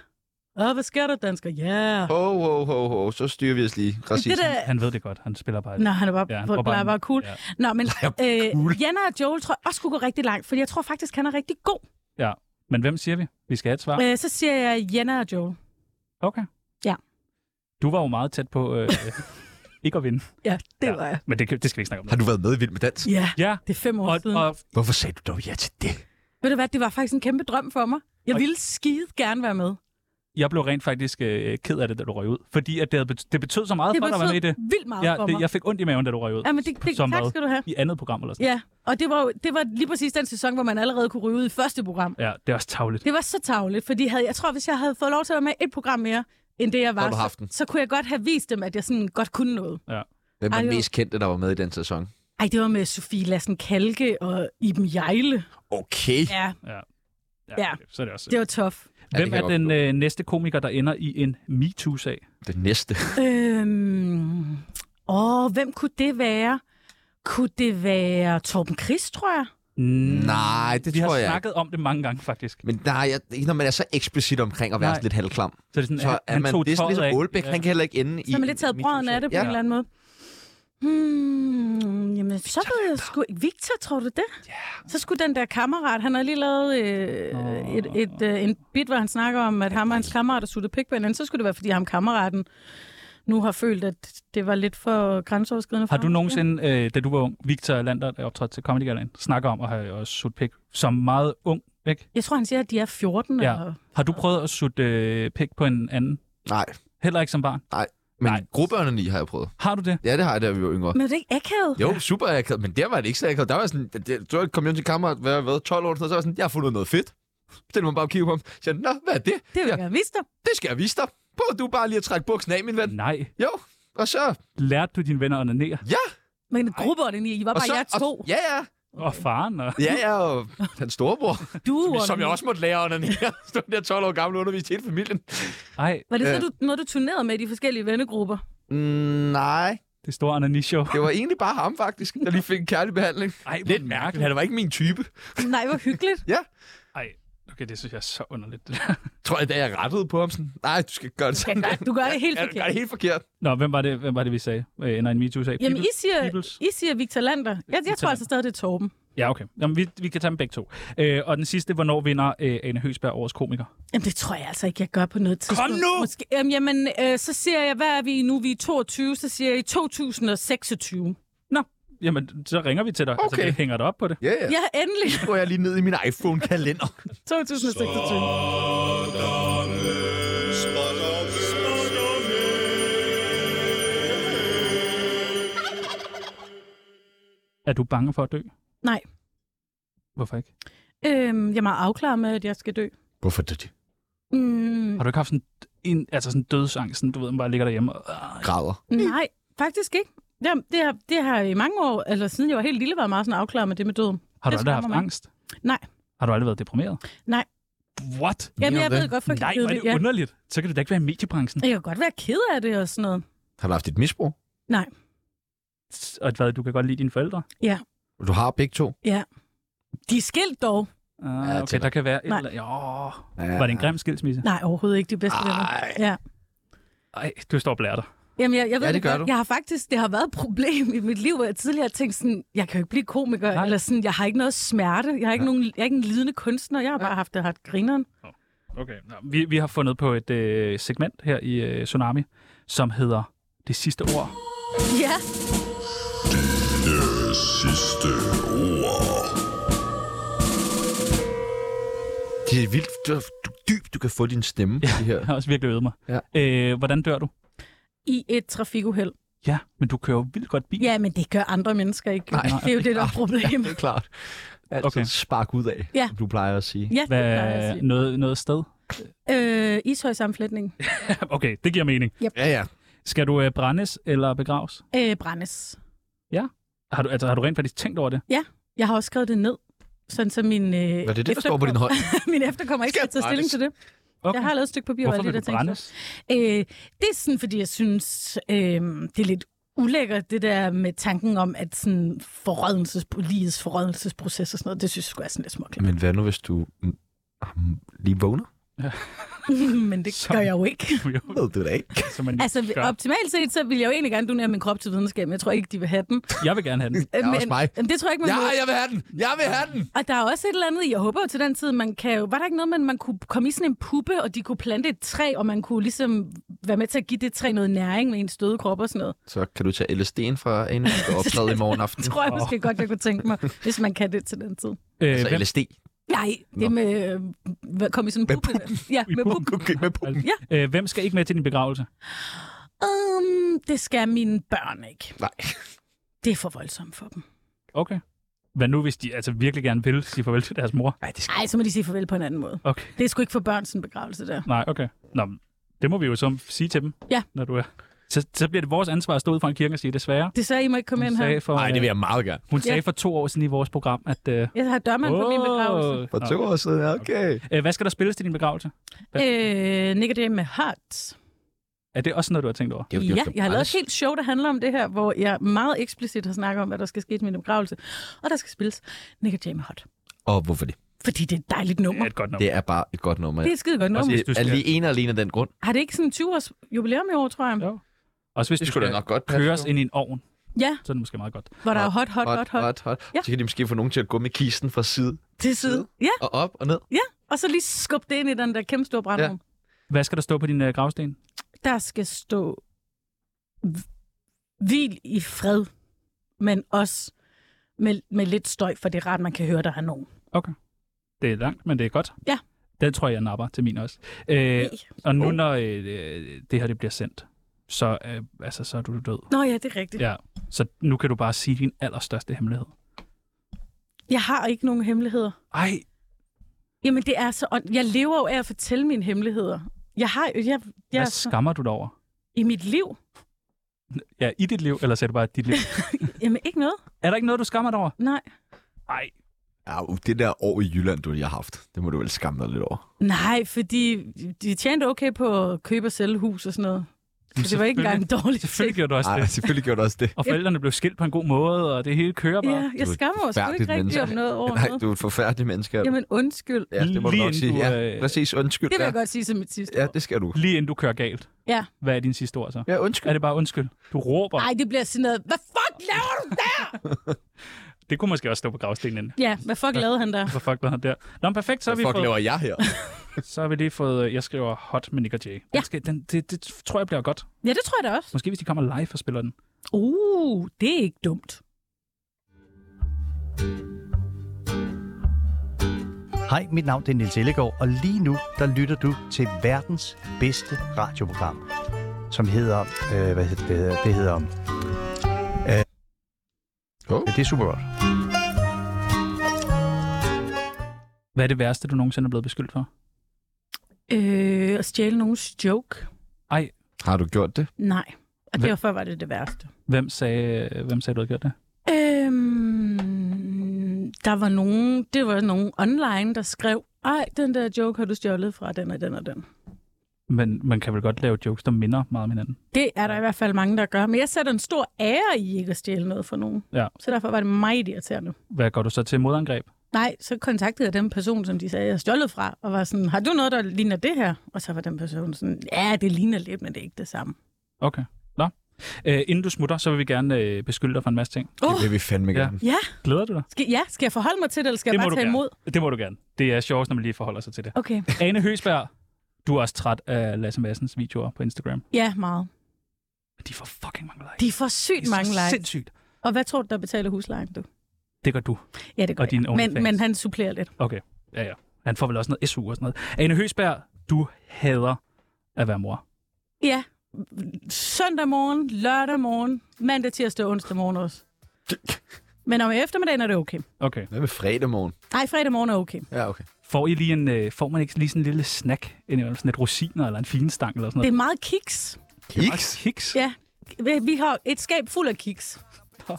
D: Åh, hvad sker der, dansker? Ja. Yeah.
A: Ho, ho, ho, ho, så styrer vi os lige. Racist.
D: der-
B: Han ved det godt. Han spiller bare...
D: Nå, han er bare, ja,
B: han
D: bare, bare, bare cool.
B: Ja.
D: Ja. Nå, men øh, Jenna og Joel tror jeg også kunne gå rigtig langt, for jeg tror faktisk, han er rigtig god.
B: ja. Men hvem siger vi? Vi skal have et svar.
D: Øh, så siger jeg Jenna og Joel.
B: Okay.
D: Ja.
B: Du var jo meget tæt på
D: [LAUGHS]
B: øh, ikke at vinde.
D: Ja, det ja. var jeg.
B: Men det, kan- det skal vi ikke snakke om.
A: Har du været med i Vild med Dans?
D: Ja,
B: ja.
D: det er fem år og, siden.
B: Og,
A: Hvorfor sagde du dog ja til det?
D: Ved du hvad, det var faktisk en kæmpe drøm for mig. Jeg ville skide gerne være med.
B: Jeg blev rent faktisk øh, ked af det, da du røg ud. Fordi at det, havde bet- det betød så meget
D: Det
B: for dig at være med i det.
D: betød vildt meget
B: ja,
D: for
B: det,
D: mig.
B: Jeg fik ondt i maven, da du røg ud.
D: Ja, men det- det-
B: Som
D: tak
B: hvad?
D: skal du have.
B: I andet program eller sådan
D: Ja, og det var, jo- det var lige præcis den sæson, hvor man allerede kunne ryge ud i første program.
B: Ja, det er også tavligt.
D: Det var så tavligt, fordi havde, jeg tror, hvis jeg havde fået lov til at være med i et program mere, end det jeg
A: Havde
D: var,
A: du haft
D: så,
A: den.
D: så kunne jeg godt have vist dem, at jeg sådan godt kunne noget.
B: Ja.
A: Hvem var
D: Ej,
A: den
D: jo.
A: mest kendte, der var med i den sæson?
D: Ej, det var med Sofie Lassen Kalke og Iben Jejle.
A: Okay.
D: Ja.
B: Ja.
D: Ja.
B: okay, så er det også-
D: Det var tof.
B: Hvem er den øh, næste komiker, der ender i en MeToo-sag?
A: Den næste.
D: Øhm, åh, hvem kunne det være? Kunne det være Torben Chris, tror jeg?
A: Mm. Nej, det
B: Vi
A: tror
B: har
A: jeg
B: snakket om det mange gange, faktisk.
A: Men nej, jeg, ikke når man er så eksplicit omkring at være
B: Nej.
A: sådan lidt halvklam. Så,
B: det er sådan,
A: så
B: han-
A: er
B: han
A: man,
B: tog
A: det er sådan
B: tøjet af.
A: ligesom Aalbæk,
B: Ja.
A: han kan heller ikke ende i...
D: Så har man lidt taget brøden af det på
A: Ja.
D: en eller anden måde. Hmm, jamen, så ved jeg sgu... Victor, tror du det? Yeah. Så skulle den der kammerat, han har lige lavet øh, et, et, øh, en bit, hvor han snakker om, at ham og hans kammerat har suttet pik på hinanden. Så skulle det være, fordi ham kammeraten nu har følt, at det var lidt for grænseoverskridende for
B: Har du
D: ham.
B: nogensinde, øh, da du var ung, Victor Lander, der optrådte til Comedy Galaen, snakker om at have også sutte pik som meget ung, ikke?
D: Jeg tror, han siger, at de er 14. Ja.
B: Ja.
D: Og...
B: Har du prøvet at sutte øh, pik på en anden?
A: Nej.
B: Heller ikke som barn?
A: Nej. Men Nej. gruppeørneni har jeg prøvet.
B: Har du det?
A: Ja, det har jeg, da vi var yngre.
D: Men er det ikke akavet?
A: Jo, super akavet, men der var det ikke så akavet. Der var sådan, det- det- så kom jeg til kammerat, hvad, jeg været, 12 år, og så var jeg sådan, jeg har fundet noget fedt. Så man bare og kigge på ham. Så jeg, nå, hvad er det?
D: Det vil jeg gerne vise dig.
A: Det skal jeg vise dig. Prøv du bare lige at trække buksen af, min ven.
B: Nej.
A: Jo, og så...
B: Lærte du dine venner at onanere?
A: Ja!
D: Men en gruppe var det I var
A: Og
D: bare
A: så-
D: jer to.
A: og- ja, ja.
B: Og faren? Og...
A: Ja, ja, og hans storebror.
D: Du
A: som, som jeg også måtte lære at onanere. [LAUGHS] Stod der 12 år gammel og underviste hele familien.
B: Ej.
D: Var det så, du, noget, du turnerede med i de forskellige vennegrupper?
A: Mm, nej.
B: Det store anani-show.
A: Det var egentlig bare ham, faktisk, der lige fik en kærlig behandling.
B: Ej,
A: Lidt mærkeligt. Han var ikke min type. [LAUGHS]
D: Nej, hvor hyggeligt.
A: ja.
B: Ej, Okay, det synes jeg er så underligt. det der.
A: Tror jeg, da jeg rettede på ham sådan, nej, du skal gøre det sådan.
D: Ja, du gør det helt
A: [LAUGHS] Ja, Du gør det
D: forkert.
A: helt forkert.
B: Nå, hvem var det, hvem var det vi sagde? Øh, Ender en MeToo-sag?
D: Jamen, I
B: Peoples?
D: siger,
B: Peoples?
D: I siger Victor Lander. Jeg, jeg tror altså stadig, det er Torben.
B: Ja, okay. Jamen, vi, vi kan tage dem begge to. Øh, og den sidste, hvornår vinder øh, Ane Høsberg årets komiker?
D: Jamen, det tror jeg altså ikke, jeg gør på noget tidspunkt. Kom nu! Måske, jamen, jamen øh, så siger jeg, hvad er vi nu? Vi er 22, så siger jeg i 2026.
B: Nå, jamen, så ringer vi til dig. Okay. Altså,
A: Okay.
B: vi hænger dig op på det.
A: Ja,
D: Ja, endelig.
A: Så går jeg lige ned i min iPhone-kalender.
D: 2026.
B: Er du bange for at dø?
D: Nej.
B: Hvorfor ikke?
D: Øhm, jeg er meget afklaret med, at jeg skal dø.
A: Hvorfor det?
D: Mm,
B: Har du ikke haft sådan en, altså sådan dødsangst, sådan, du ved, man bare ligger derhjemme og... øh,
A: Græder.
D: nej, faktisk ikke. Jamen, det, har, det har i mange år, eller siden jeg var helt lille, været meget sådan afklaret med det med døden.
B: Har du aldrig
D: Det skræmmer
B: haft
D: mig.
B: angst?
D: Nej,
B: Har du aldrig været deprimeret?
D: nej.
B: What?
D: Jamen, jeg ved godt, for
B: Nej, hvor er det underligt. Så kan du da ikke være i mediebranchen.
D: Jeg kan godt være ked af det og sådan noget.
A: Har du haft et misbrug?
D: Nej,
B: Og hvad, du kan godt lide dine forældre?
D: ja,
A: Du har begge to.
D: ja. De er skilt dog.
B: Ah, okay,
A: til
B: der kan være et
D: Nej.
B: eller... Jo. Var det en grim skilsmisse?
D: Nej, overhovedet ikke de bedste venner. Ja.
B: Nej, du står og blærer dig.
D: Jamen, jeg, jeg ved
B: Ja, det gør
D: godt.
B: du.
D: Jeg har faktisk, det har været et problem i mit liv, hvor jeg tidligere har tænkt sådan, jeg kan jo ikke blive komiker, Nej. eller sådan, jeg har ikke noget smerte, jeg har ikke,
B: Ja.
D: nogen, jeg er ikke en lidende kunstner, jeg har bare haft det hardt grineren.
B: Okay, nå, vi, vi har fundet på et øh, segment her i øh, Tsunami, som hedder Det sidste ord.
D: Ja.
F: Det sidste ord.
A: Det er vildt du, du, dybt, du kan få din stemme på det her.
B: Jeg har også virkelig øvet mig. Ja. Øh, hvordan dør du?
D: I et trafikuheld.
B: Ja, men du kører jo vildt godt bil.
D: Ja, men det gør andre mennesker ikke. Nej. Det er jo det, der er problemet.
B: [LAUGHS]
A: det er klart. Altså, okay. spark ud af,
D: Ja.
A: som du plejer at sige.
D: Ja, det Hvad- plejer jeg at sige.
B: Noget, noget sted? [LAUGHS]
D: Øh, Ishøjsamflætning.
B: okay, det giver mening.
D: Yep.
A: Ja, ja.
B: Skal du øh, brændes eller begraves?
D: Øh, brændes.
B: Ja. Har du, altså, har du rent faktisk tænkt over det?
D: Ja, jeg har også skrevet det ned. Sådan så min... Øh, Hvad er
B: det, der står på din hånd?
D: [LAUGHS] min efterkommer ikke skal tage stilling
B: brændes.
D: til det. Okay.
B: Okay.
D: Jeg har lavet et stykke papir
B: Hvorfor
D: over alt
B: vil
D: det,
B: du
D: der
B: brændes?
D: Øh, det er sådan, fordi jeg synes, øh, det er lidt ulækkert, det der med tanken om, at sådan forrådelses, livets forrådelsesproces og sådan noget, det synes jeg sgu er sådan lidt småklædt.
A: Men hvad nu, hvis du mm, mm, lige vågner?
D: [LAUGHS] Men det gør jeg [LAUGHS]
A: [LAUGHS]
D: jo ikke.
A: Ved du da ikke?
B: Som man
D: Altså, optimalt set, så vil jeg jo egentlig gerne donere min krop til videnskab, men jeg tror ikke, de vil have den.
B: Jeg
A: [LAUGHS]
B: vil gerne have den.
D: Øh, men, men det tror jeg ikke, man
A: Ja,
D: må.
A: jeg vil have den! Jeg vil have den!
D: Og der er også et eller andet, i- jeg håber jo til den tid, man kan jo, var der ikke noget, man, man kunne komme i sådan en puppe, og de kunne plante et træ, og man kunne ligesom være med til at give det træ noget næring med en døde krop og sådan noget.
A: Så kan du tage LSD'en fra en og optræde i morgen aften.
D: tror jeg måske godt, jeg kunne tænke mig, hvis man kan det til den tid.
B: Øh,
A: altså
B: hvem-
A: LSD.
D: Nej, det
B: Nå.
D: med... øh, Hvad kom i sådan en puppe? Ja, med puppen.
A: Okay, med
B: pumpen. Ja. Øh, hvem skal ikke med til din begravelse?
D: Um, det skal mine børn ikke.
A: Nej.
D: Det er for voldsomt for dem.
B: Okay. Hvad nu, hvis de altså virkelig gerne vil sige farvel til deres mor?
A: Nej, det
D: Nej, så må de sige farvel på en anden måde.
B: Okay.
D: Det er sgu ikke for børn sådan en begravelse der.
B: Nej, okay. Nå, men det må vi jo så sige til dem,
D: Ja.
B: når du er. Så, så bliver det vores ansvar at stå ud fra en kirke og sige, desværre.
D: Desværre, I må ikke komme
B: Hun
D: ind
B: sagde
D: her.
B: for,
A: Nej, det vil jeg meget gerne.
B: Hun sagde
D: Ja.
B: for to år siden i vores program, at... Uh,
D: Jeg har dørmand på min begravelse.
A: For to år siden, ja, okay.
B: Uh, hvad skal der spilles til din begravelse?
D: Øh, Nick og det med Heart.
B: Er det også noget, du har tænkt over?
D: Ja, jeg har lavet et helt show, der handler om det her, hvor jeg meget eksplicit har snakket om, hvad der skal ske til min begravelse. Og der skal spilles Nick og Jay med Hot.
A: Og hvorfor det?
D: Fordi det er et dejligt nummer.
B: et godt
A: Det er bare et godt nummer.
D: Det er et skide godt nummer.
A: Også, hvis du skal... Alene alene af den grund.
D: Har det ikke sådan 20 års jubilæum i år, tror jeg?
B: Jo. Også hvis
A: Det
B: du
A: skulle
B: skal
A: da nok godt passe,
B: køres
A: jo.
B: ind i en ovn,
D: Ja,
B: så er det måske meget godt.
D: hvor der er hot, hot, hot, hot.
A: hot, hot.
D: Ja.
A: Så kan de måske få nogen til at gå med kisten fra side
D: Til side. Ja,
A: og op og ned.
D: ja. Og så lige skub det ind i den der kæmpe store brandrum.
B: Hvad skal der stå på din uh, gravsten?
D: der skal stå "Hv- hvil i fred, men også med, med lidt støj, for det er rart, man kan høre, der er nogen.
B: Okay. Det er langt, men det er godt.
D: Ja.
B: Den tror jeg, jeg napper til min også. Øh, og nu, når øh, øh, det her det bliver sendt, så, øh, altså, så er du død.
D: Nå ja, det er rigtigt.
B: Ja, så nu kan du bare sige din allerstørste hemmelighed.
D: Jeg har ikke nogen hemmeligheder.
B: Ej.
D: Jamen, det er så... ånd- Jeg lever jo af at fortælle mine hemmeligheder. Jeg har jo... Jeg, jeg,
B: Hvad
D: er
B: skammer du dig over?
D: I mit liv?
B: Ja, i dit liv, eller så er det bare
D: [LAUGHS]
B: dit liv?
D: Jamen, ikke noget.
B: er der ikke noget, du skammer dig over?
D: Nej.
B: Ej.
A: Ja, uh, det der år i Jylland, du lige har haft, det må du vel skamme dig lidt over.
D: Nej, fordi de tjente okay på at købe og sælge hus og sådan noget. Så det var ikke engang en
B: Selvfølgelig-
D: dårlig
B: Selvfølgelig gjorde du også
A: Nej,
B: det.
A: selvfølgelig gjorde du også
D: [LAUGHS]
A: det.
B: Og forældrene blev skilt på en god måde, og det hele kører bare.
D: Ja, jeg skammer mig sgu ikke rigtig om noget over
A: Nej,
D: noget.
A: du er et forfærdeligt menneske.
D: Jamen undskyld.
A: ja, det må du
B: Lige
A: nok sige.
B: inden du,
A: Ja, præcis. Undskyld.
D: Det vil jeg
A: ja.
D: godt sige som mit sidste
A: Ja, det skal du.
B: Lige inden du kører galt.
D: Ja.
B: Hvad er din sidste ord så?
A: Ja, undskyld.
B: Er det bare undskyld? Du råber.
D: Nej, det bliver sådan noget, hvad fuck laver du der?
B: Det kunne måske også stå på gravstenen.
D: Ja, hvad fuck lavede han der?
B: Hvorfor fuck var han der? Nå, men perfekt, så har
A: Hvad
B: vi
A: fuck
B: fået...
A: laver jeg her?
B: så har vi lige fået... øh, Jeg skriver hot med Nick og Jay. Den
D: Ja.
B: Skal, den, det, det, tror jeg bliver godt.
D: Ja, det tror jeg da også.
B: Måske hvis de kommer live og spiller den.
D: Uh, det er ikke dumt.
M: Hej, mit navn det er Nils Ellegaard, og lige nu der lytter du til verdens bedste radioprogram, som hedder... Øh, hvad hedder det? Det hedder... Øh,
A: oh.
M: Det er super godt.
B: Hvad er det værste, du nogensinde er blevet beskyldt for?
D: Øh, at stjæle nogens joke?
B: Ej.
A: Har du gjort det?
D: Nej. Og
B: Hvem-
D: derfor var det det værste.
B: Hvem sagde, hvem sagde du havde gjort det?
D: Øhm, der var nogen, det var nogen online, der skrev, ej, den der joke har du stjålet fra den og den og den.
B: Men man kan vel godt lave jokes, der minder meget om hinanden.
D: Det er der i hvert fald mange, der gør. Men jeg sætter en stor ære i ikke at stjæle noget fra nogen.
B: Ja.
D: Så derfor var det meget irriterende.
B: Hvad går du så til modangreb?
D: Nej, så kontaktede jeg den person, som de sagde, jeg har stjålet fra, og var sådan, har du noget, der ligner det her? Og så var den person sådan, ja, det ligner lidt, men det er ikke det samme.
B: Okay. Nå. Øh, inden du smutter, så vil vi gerne øh, beskylde dig for en masse ting.
D: Åh. Det vil
A: vi fandme
B: gerne.
D: Ja,
B: Glæder du dig?
D: skal, ja, skal jeg forholde mig til det, eller skal
B: det
D: jeg
B: må
D: bare
B: du
D: tage
B: gerne.
D: imod?
B: Det må du gerne. Det er sjovt, når man lige forholder sig til
D: [LAUGHS]
B: det.
D: Okay.
B: Ane Høsberg, du er også træt af Lasse Madsens videoer på Instagram.
D: Ja, meget.
B: De får fucking mange likes.
D: De får sygt
B: Det er så
D: mange likes.
B: sindssygt.
D: Og hvad tror du, der betaler huslejen, du?
B: Det gør du.
D: Ja, det gør
B: Og dine
D: jeg. Men,
B: OnlyFans.
D: men han supplerer lidt.
B: Okay. Ja, ja. Han får vel også noget SU og sådan noget. Ane Høsberg, du hader at være mor.
D: Ja, søndag morgen, lørdag morgen, mandag, tirsdag og onsdag morgen
B: [LAUGHS]
D: også. Men om eftermiddagen er det okay.
B: Okay.
A: Hvad med fredag morgen?
D: Nej, fredag morgen er okay.
A: Ja, okay.
B: Får, I lige en, øh, får man ikke lige sådan en lille snack? Indimellem, sådan et rosiner eller en finstang eller sådan
D: Det
B: noget?
D: er meget kiks.
A: Kiks?
B: Kiks?
D: Ja, vi- vi har et skab fuld af kiks,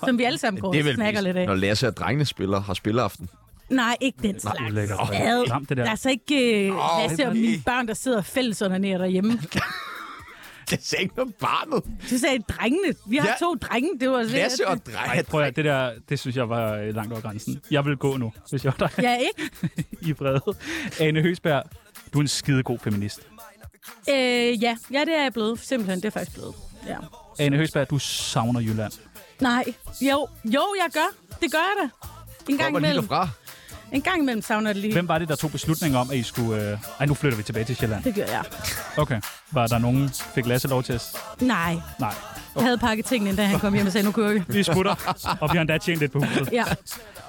D: som vi alle sammen går
A: det er
D: og
A: vel
D: snakker
A: mest,
D: lidt af.
A: når Lasse og drengene spiller, har [LAUGHS] spilleaften.
D: Nej, ikke den slags.
A: ulækkert. Åh,
D: Ad.
A: klamt, det
D: der
A: der.
D: er altså ikke øh,
A: Åh,
D: Lasse og
A: nej.
D: mine børn, der sidder fælles under nede
A: [LAUGHS]
D: derhjemme.
A: Jeg sagde ikke noget barnet.
D: Du sagde drengene. Vi har
B: Ja.
D: to drenge. Det var
B: Ej, prøv at, det der, det synes jeg var øh, langt over grænsen. Jeg vil gå nu, hvis jeg var dig.
D: Ja, ikke?
B: [LAUGHS] I vrede. Ane Høsberg, du er en skidegod feminist.
D: Øh, ja. ja, det er jeg blevet. Simpelthen, det er jeg faktisk blevet. Ja.
B: Ane Høsberg, du savner Jylland.
D: Nej. Jo, jo, jeg gør. Det gør jeg da. En gang imellem.
A: Fra.
D: En gang imellem savner jeg det lige.
B: Hvem var det, der tog beslutningen om, at I skulle... Øh... Ej, nu flytter vi tilbage til Sjælland.
D: Det gør jeg.
B: Okay. Var der nogen, fik Lasse lov til at...
D: Nej.
B: Nej.
D: Jeg havde pakket tingene, da han kom hjem og sagde, nu kører vi.
B: Vi smutter, og vi har endda tjent lidt på huset.
D: Ja.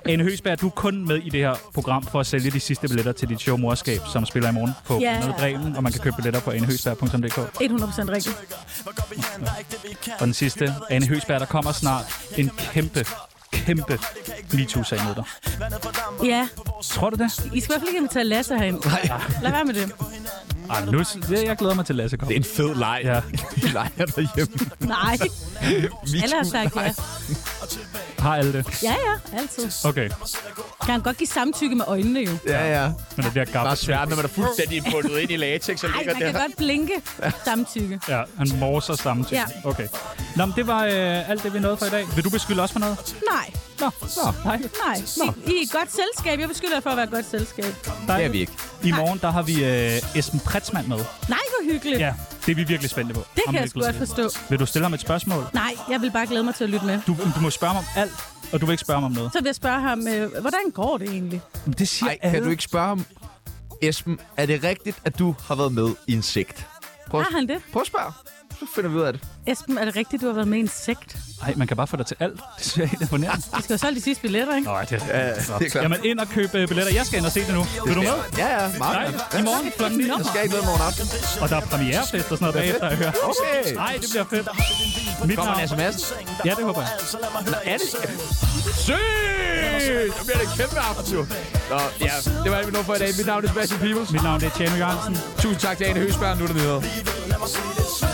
B: Anne Høsberg, du er kun med i det her program for at sælge de sidste billetter til dit show Morskab, som spiller i morgen på
D: Ja.
B: yeah. Bremen, og man kan købe billetter på anehøsberg.dk.
D: 100% rigtigt.
B: Og den sidste, Anne Høsberg, der kommer snart en kæmpe, kæmpe MeToo-sag mod dig.
D: Ja.
B: Tror du det?
D: I skal i hvert fald ikke invitere Lasse herind. Nej. Lad være med det.
B: Ej, men nu, det, jeg glæder mig til Lasse kommer. Det er en fed leg.
A: [LAUGHS]
B: Ja. Vi leger derhjemme.
D: Nej. [LAUGHS] Alle har sagt ja.
B: Har alle det?
D: Ja, ja, altid.
B: Okay.
D: Kan han godt give samtykke med øjnene, jo.
A: Ja, ja.
B: Men det bliver gabt.
A: Bare svært, når man er [LAUGHS] fuldstændig bundet ind i latex og
D: Ej,
A: ligger
D: man
A: der.
D: kan godt blinke samtykke.
B: Ja, han morser samme ting.
D: Ja.
B: Okay. Nå, men det var øh, alt det, vi nåede for i dag. Vil du beskylde os for noget?
D: Nej.
B: Nå, nej.
D: Nej. I, I er et godt selskab. Jeg beskylder jer for at være et godt selskab.
B: Det er vi ikke. I morgen, der har vi øh, Esben Pretzmann med.
D: Nej, hvor hyggeligt.
B: Ja, det er vi virkelig spændte på.
D: Det
B: Ham
D: kan
B: er
D: jeg
B: vi
D: sgu
B: glædet
D: godt
B: til.
D: forstå.
B: Vil du stille ham et spørgsmål?
D: Nej, jeg vil bare glæde mig til at lytte med.
B: Du, du må spørge ham om alt, og du vil ikke spørge ham om noget.
D: Så vil jeg spørge ham, øh, hvordan går det egentlig?
B: Men det siger
A: Ej, kan du ikke spørge ham? Esben, er det rigtigt, at du har været med i en sekt? Prøv,
D: Har han det?
A: prøv at spørge. Så finder vi ud af det.
D: Esben, er det rigtigt, du har været med i en sekt?
B: Nej, man kan bare få dig til alt. [LAUGHS] Det synes jeg er helt imponerende.
D: Vi skal jo solgt de sidste billetter, ikke?
B: Nå, det er,
A: Ja, ja, det er klart.
B: Jamen, ind og købe øh, billetter. Jeg skal ind og se det nu. Vil du med?
A: Ja, ja, meget.
B: Nej,
A: gerne.
B: i morgen klokken 9.
A: Jeg skal ikke med i morgen aften.
B: Og der er premierefest og sådan noget bagefter, jeg hører.
A: Okay.
B: Nej, det bliver fedt. Mit
A: Kommer
B: navn-
A: Lasse Madsen?
B: Ja, det håber jeg.
A: Nå, er det? Sygt! Så bliver det en kæmpe aften, jo. Nå, ja, det var alt, vi nåede for i dag. Mit navn er Sebastian Pibels.
B: Mit navn er Tjano Jørgensen.
A: Tusind tak til Ane Høsberg. Nu er det nyheder.
F: Livet, lad mig se det.